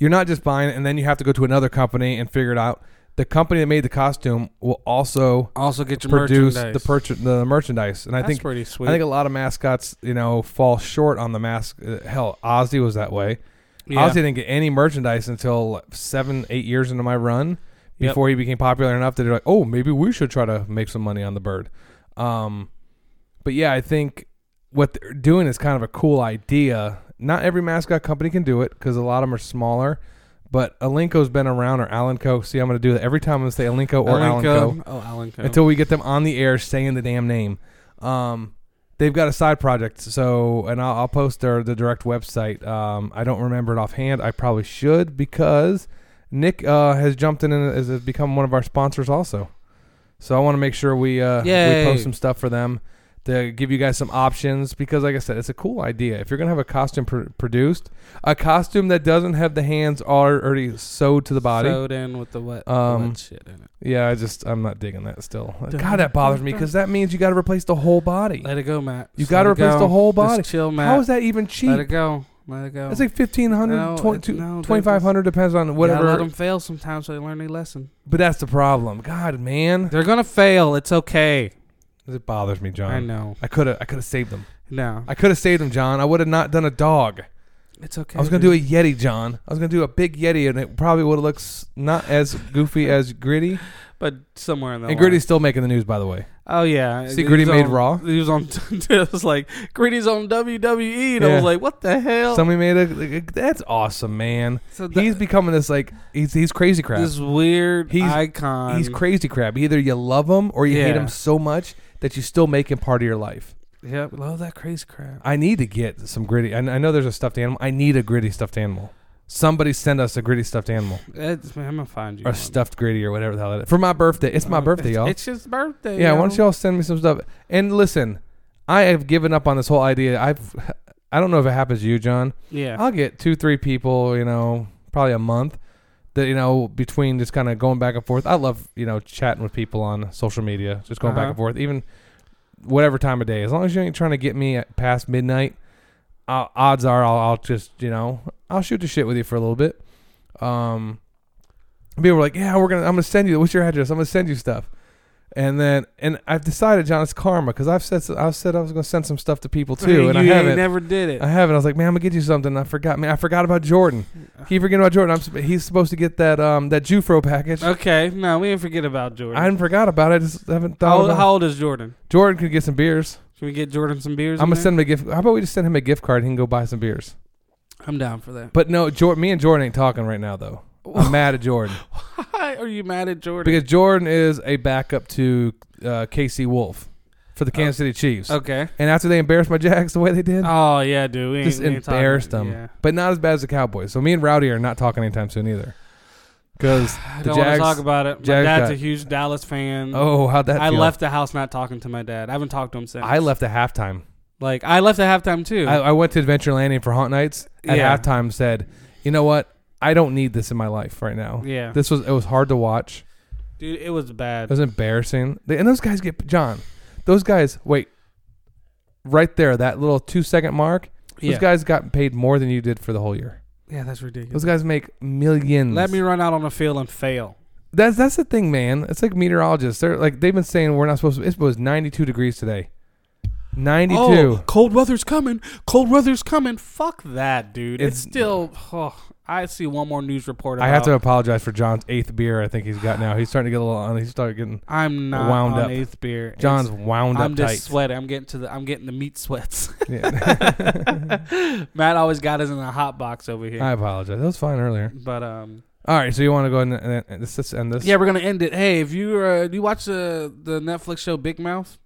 [SPEAKER 1] you're not just buying it, and then you have to go to another company and figure it out. The company that made the costume will also
[SPEAKER 2] also get your
[SPEAKER 1] produce the
[SPEAKER 2] merchandise.
[SPEAKER 1] purchase the merchandise, and I
[SPEAKER 2] That's
[SPEAKER 1] think
[SPEAKER 2] pretty sweet.
[SPEAKER 1] I think a lot of mascots you know fall short on the mask. uh, Hell, Ozzy was that way.
[SPEAKER 2] Yeah.
[SPEAKER 1] Ozzy didn't get any merchandise until like, seven, eight years into my run
[SPEAKER 2] Yep.
[SPEAKER 1] before he became popular enough that they're like, oh, maybe we should try to make some money on the bird. Um, but yeah, I think what they're doing is kind of a cool idea. Not every mascot company can do it because a lot of them are smaller. But Alinco's been around, or Alanco. See, I'm going to do that every time I'm going to say Alinco or
[SPEAKER 2] Alan
[SPEAKER 1] Alanco
[SPEAKER 2] Co. Oh, Alan Co.
[SPEAKER 1] until we get them on the air saying the damn name. Um, they've got a side project. So, and I'll, I'll post their the direct website. Um, I don't remember it offhand. I probably should because Nick uh, has jumped in and has has become one of our sponsors also. So I want to make sure we uh, we
[SPEAKER 2] Yay.
[SPEAKER 1] post some stuff for them to give you guys some options because, like I said, it's a cool idea. If you're gonna have a costume pr- produced, a costume that doesn't have the hands are already sewed to the body.
[SPEAKER 2] Sewed in with the wet,
[SPEAKER 1] Um,
[SPEAKER 2] wet shit in it.
[SPEAKER 1] Yeah, I just I'm not digging that still. God, that bothers me because that means you got to replace the whole body.
[SPEAKER 2] Let it go, Matt.
[SPEAKER 1] You
[SPEAKER 2] Just
[SPEAKER 1] gotta
[SPEAKER 2] let it
[SPEAKER 1] replace
[SPEAKER 2] go.
[SPEAKER 1] the whole
[SPEAKER 2] Just
[SPEAKER 1] body.
[SPEAKER 2] chill, Matt.
[SPEAKER 1] How is that even
[SPEAKER 2] Let it
[SPEAKER 1] cheap?
[SPEAKER 2] go. Let it go.
[SPEAKER 1] It's like fifteen
[SPEAKER 2] No,
[SPEAKER 1] hundred,
[SPEAKER 2] it-
[SPEAKER 1] twenty
[SPEAKER 2] no, dude,
[SPEAKER 1] twenty five hundred depends on
[SPEAKER 2] Yeah, let
[SPEAKER 1] whatever.
[SPEAKER 2] them fail sometimes so they learn their lesson.
[SPEAKER 1] but that's the problem. God, man,
[SPEAKER 2] They're gonna fail. It's okay.
[SPEAKER 1] it bothers me, John.
[SPEAKER 2] I know.
[SPEAKER 1] I could have I could have saved them.
[SPEAKER 2] No,
[SPEAKER 1] I could have saved them, John. I would have not done a dog.
[SPEAKER 2] it's okay.
[SPEAKER 1] I was gonna do a yeti, John. I was gonna do a big yeti, and it probably would have looked s- not as goofy as Gritty.
[SPEAKER 2] but somewhere in the
[SPEAKER 1] And
[SPEAKER 2] line.
[SPEAKER 1] Gritty's still making the news, by the way.
[SPEAKER 2] Oh yeah,
[SPEAKER 1] See,
[SPEAKER 2] He
[SPEAKER 1] Gritty
[SPEAKER 2] was
[SPEAKER 1] made
[SPEAKER 2] on-
[SPEAKER 1] Raw?
[SPEAKER 2] He was on. [LAUGHS] it was like Gritty's on WWE, and I
[SPEAKER 1] Yeah.
[SPEAKER 2] was like, what the hell?
[SPEAKER 1] Somebody made a like, that's awesome, man.
[SPEAKER 2] Oh. So
[SPEAKER 1] he's
[SPEAKER 2] that-
[SPEAKER 1] becoming this like he's he's crazy crap.
[SPEAKER 2] this weird
[SPEAKER 1] He's-
[SPEAKER 2] icon.
[SPEAKER 1] he's crazy crap. Either you love him or you hate
[SPEAKER 2] Yeah.
[SPEAKER 1] him so much that you still make him part of your life.
[SPEAKER 2] Yeah, love that crazy crap.
[SPEAKER 1] I need to get some gritty. I, I know there's a stuffed animal. I need a gritty stuffed animal. Somebody send us a gritty stuffed animal
[SPEAKER 2] It's, man, I'm gonna find you.
[SPEAKER 1] or
[SPEAKER 2] one.
[SPEAKER 1] stuffed gritty or whatever the hell it is for my birthday. It's
[SPEAKER 2] [LAUGHS]
[SPEAKER 1] my birthday, y'all.
[SPEAKER 2] It's his birthday.
[SPEAKER 1] yeah,
[SPEAKER 2] yo.
[SPEAKER 1] why don't y'all send me some stuff? And listen, I have given up on this whole idea. I've I don't know if it happens to you, John.
[SPEAKER 2] Yeah.
[SPEAKER 1] I'll get two, three people, you know, probably a month that, you know, between just kind of going back and forth. I love, you know, chatting with people on social media, just going back
[SPEAKER 2] Uh-huh.
[SPEAKER 1] and forth, even whatever time of day. As long as you ain't trying to get me at past midnight, uh, odds are I'll, I'll just, you know, I'll shoot the shit with you for a little bit. Um, people were like, yeah, we're going to, I'm going to send you, what's your address? I'm going to send you stuff. And then, and I've decided, John, it's karma because I've said, I've said I was going to send some stuff to people too.
[SPEAKER 2] [LAUGHS] [LAUGHS] you
[SPEAKER 1] and I
[SPEAKER 2] ain't
[SPEAKER 1] haven't.
[SPEAKER 2] never did it.
[SPEAKER 1] I haven't. I was like, man, I'm gonna get you something. I forgot, man. I forgot about Jordan. Keep forgetting about Jordan. I'm, sup- he's supposed to get that um that Jufro package.
[SPEAKER 2] okay, no, we didn't forget about Jordan.
[SPEAKER 1] I hadn't forgot about it. I just haven't thought.
[SPEAKER 2] how,
[SPEAKER 1] about it.
[SPEAKER 2] how old is Jordan?
[SPEAKER 1] Jordan could get some beers.
[SPEAKER 2] Can we get Jordan some beers?
[SPEAKER 1] I'm
[SPEAKER 2] in
[SPEAKER 1] gonna
[SPEAKER 2] there?
[SPEAKER 1] send him a gift. How about we just send him a gift card? and He can go buy some beers.
[SPEAKER 2] I'm down
[SPEAKER 1] [LAUGHS]
[SPEAKER 2] for that.
[SPEAKER 1] But no, Jordan. Me and Jordan ain't talking right now though.
[SPEAKER 2] [LAUGHS]
[SPEAKER 1] I'm mad at Jordan
[SPEAKER 2] Why are you mad at Jordan?
[SPEAKER 1] because Jordan is a backup to uh, Casey Wolf for the Kansas City Chiefs.
[SPEAKER 2] Oh. okay.
[SPEAKER 1] And after they embarrassed my Jags the way they did,
[SPEAKER 2] Oh yeah, dude. We ain't,
[SPEAKER 1] just
[SPEAKER 2] we ain't talking-
[SPEAKER 1] embarrassed them.
[SPEAKER 2] Yeah.
[SPEAKER 1] But not as bad as the Cowboys. So me and Rowdy are not talking anytime soon either. Because
[SPEAKER 2] [SIGHS] I
[SPEAKER 1] the
[SPEAKER 2] don't want to
[SPEAKER 1] Jags.
[SPEAKER 2] talk about it. My
[SPEAKER 1] Jags
[SPEAKER 2] dad's
[SPEAKER 1] got-
[SPEAKER 2] a huge Dallas fan.
[SPEAKER 1] oh, how'd that?
[SPEAKER 2] I
[SPEAKER 1] feel?
[SPEAKER 2] left the house not talking to my dad. I haven't talked to him since.
[SPEAKER 1] I left at halftime.
[SPEAKER 2] Like I left at halftime too.
[SPEAKER 1] I, I went to Adventure Landing for Haunt Nights at
[SPEAKER 2] Yeah.
[SPEAKER 1] halftime. Said, you know what? I don't need this in my life right now.
[SPEAKER 2] Yeah.
[SPEAKER 1] this was it was hard to watch.
[SPEAKER 2] dude, it was
[SPEAKER 1] It
[SPEAKER 2] bad.
[SPEAKER 1] was embarrassing. They, and those guys get John. Those guys wait. Right there, that little two second mark. Those
[SPEAKER 2] Yeah.
[SPEAKER 1] guys got paid more than you did for the whole year.
[SPEAKER 2] yeah, that's ridiculous.
[SPEAKER 1] Those guys make millions.
[SPEAKER 2] Let me run out on the field and fail.
[SPEAKER 1] That's that's the thing, man. It's like meteorologists. They're like they've been saying we're not supposed to. It was 92 degrees today. 92.
[SPEAKER 2] Oh, cold weather's coming. Cold weather's coming. Fuck that, dude. It's,
[SPEAKER 1] It's-
[SPEAKER 2] still. Oh, I see one more news report. About,
[SPEAKER 1] I have to apologize for John's eighth beer. I think he's got now. He's starting to get a little. on He's starting getting.
[SPEAKER 2] I'm not
[SPEAKER 1] wound
[SPEAKER 2] on
[SPEAKER 1] up.
[SPEAKER 2] eighth beer. It's-
[SPEAKER 1] John's wound
[SPEAKER 2] I'm
[SPEAKER 1] up
[SPEAKER 2] just
[SPEAKER 1] tight.
[SPEAKER 2] sweating. I'm getting to the. I'm getting the
[SPEAKER 1] [LAUGHS]
[SPEAKER 2] meat sweats.
[SPEAKER 1] Yeah.
[SPEAKER 2] [LAUGHS] Matt always got us in the hot box over here.
[SPEAKER 1] I apologize. That was fine earlier.
[SPEAKER 2] but um,
[SPEAKER 1] All right, so you want to go ahead and, and, and let's just end this?
[SPEAKER 2] yeah, we're gonna end it. Hey, if you uh, do you watch the the Netflix show Big Mouth?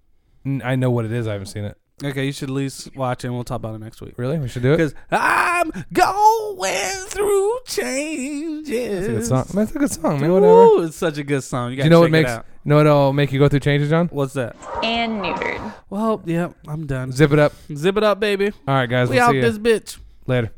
[SPEAKER 1] N- I know what it is. I haven't seen it.
[SPEAKER 2] Okay, you should at least watch it. and We'll talk about it next week.
[SPEAKER 1] Really? We should do it.
[SPEAKER 2] Because I'm going through
[SPEAKER 1] That's
[SPEAKER 2] changes.
[SPEAKER 1] a good song. Man, That's a good song, man. Whatever.
[SPEAKER 2] Ooh, it's such a good song. You,
[SPEAKER 1] Do
[SPEAKER 2] gotta
[SPEAKER 1] you know
[SPEAKER 2] check
[SPEAKER 1] what makes?
[SPEAKER 2] It out.
[SPEAKER 1] You know what'll make you go through changes, John?
[SPEAKER 2] What's that?
[SPEAKER 5] and neutered.
[SPEAKER 2] Well, yeah, I'm done. Zip,
[SPEAKER 1] Zip it up.
[SPEAKER 2] it up, baby.
[SPEAKER 1] All right, guys.
[SPEAKER 2] We
[SPEAKER 1] we'll
[SPEAKER 2] out
[SPEAKER 1] see you
[SPEAKER 2] this bitch.
[SPEAKER 1] later.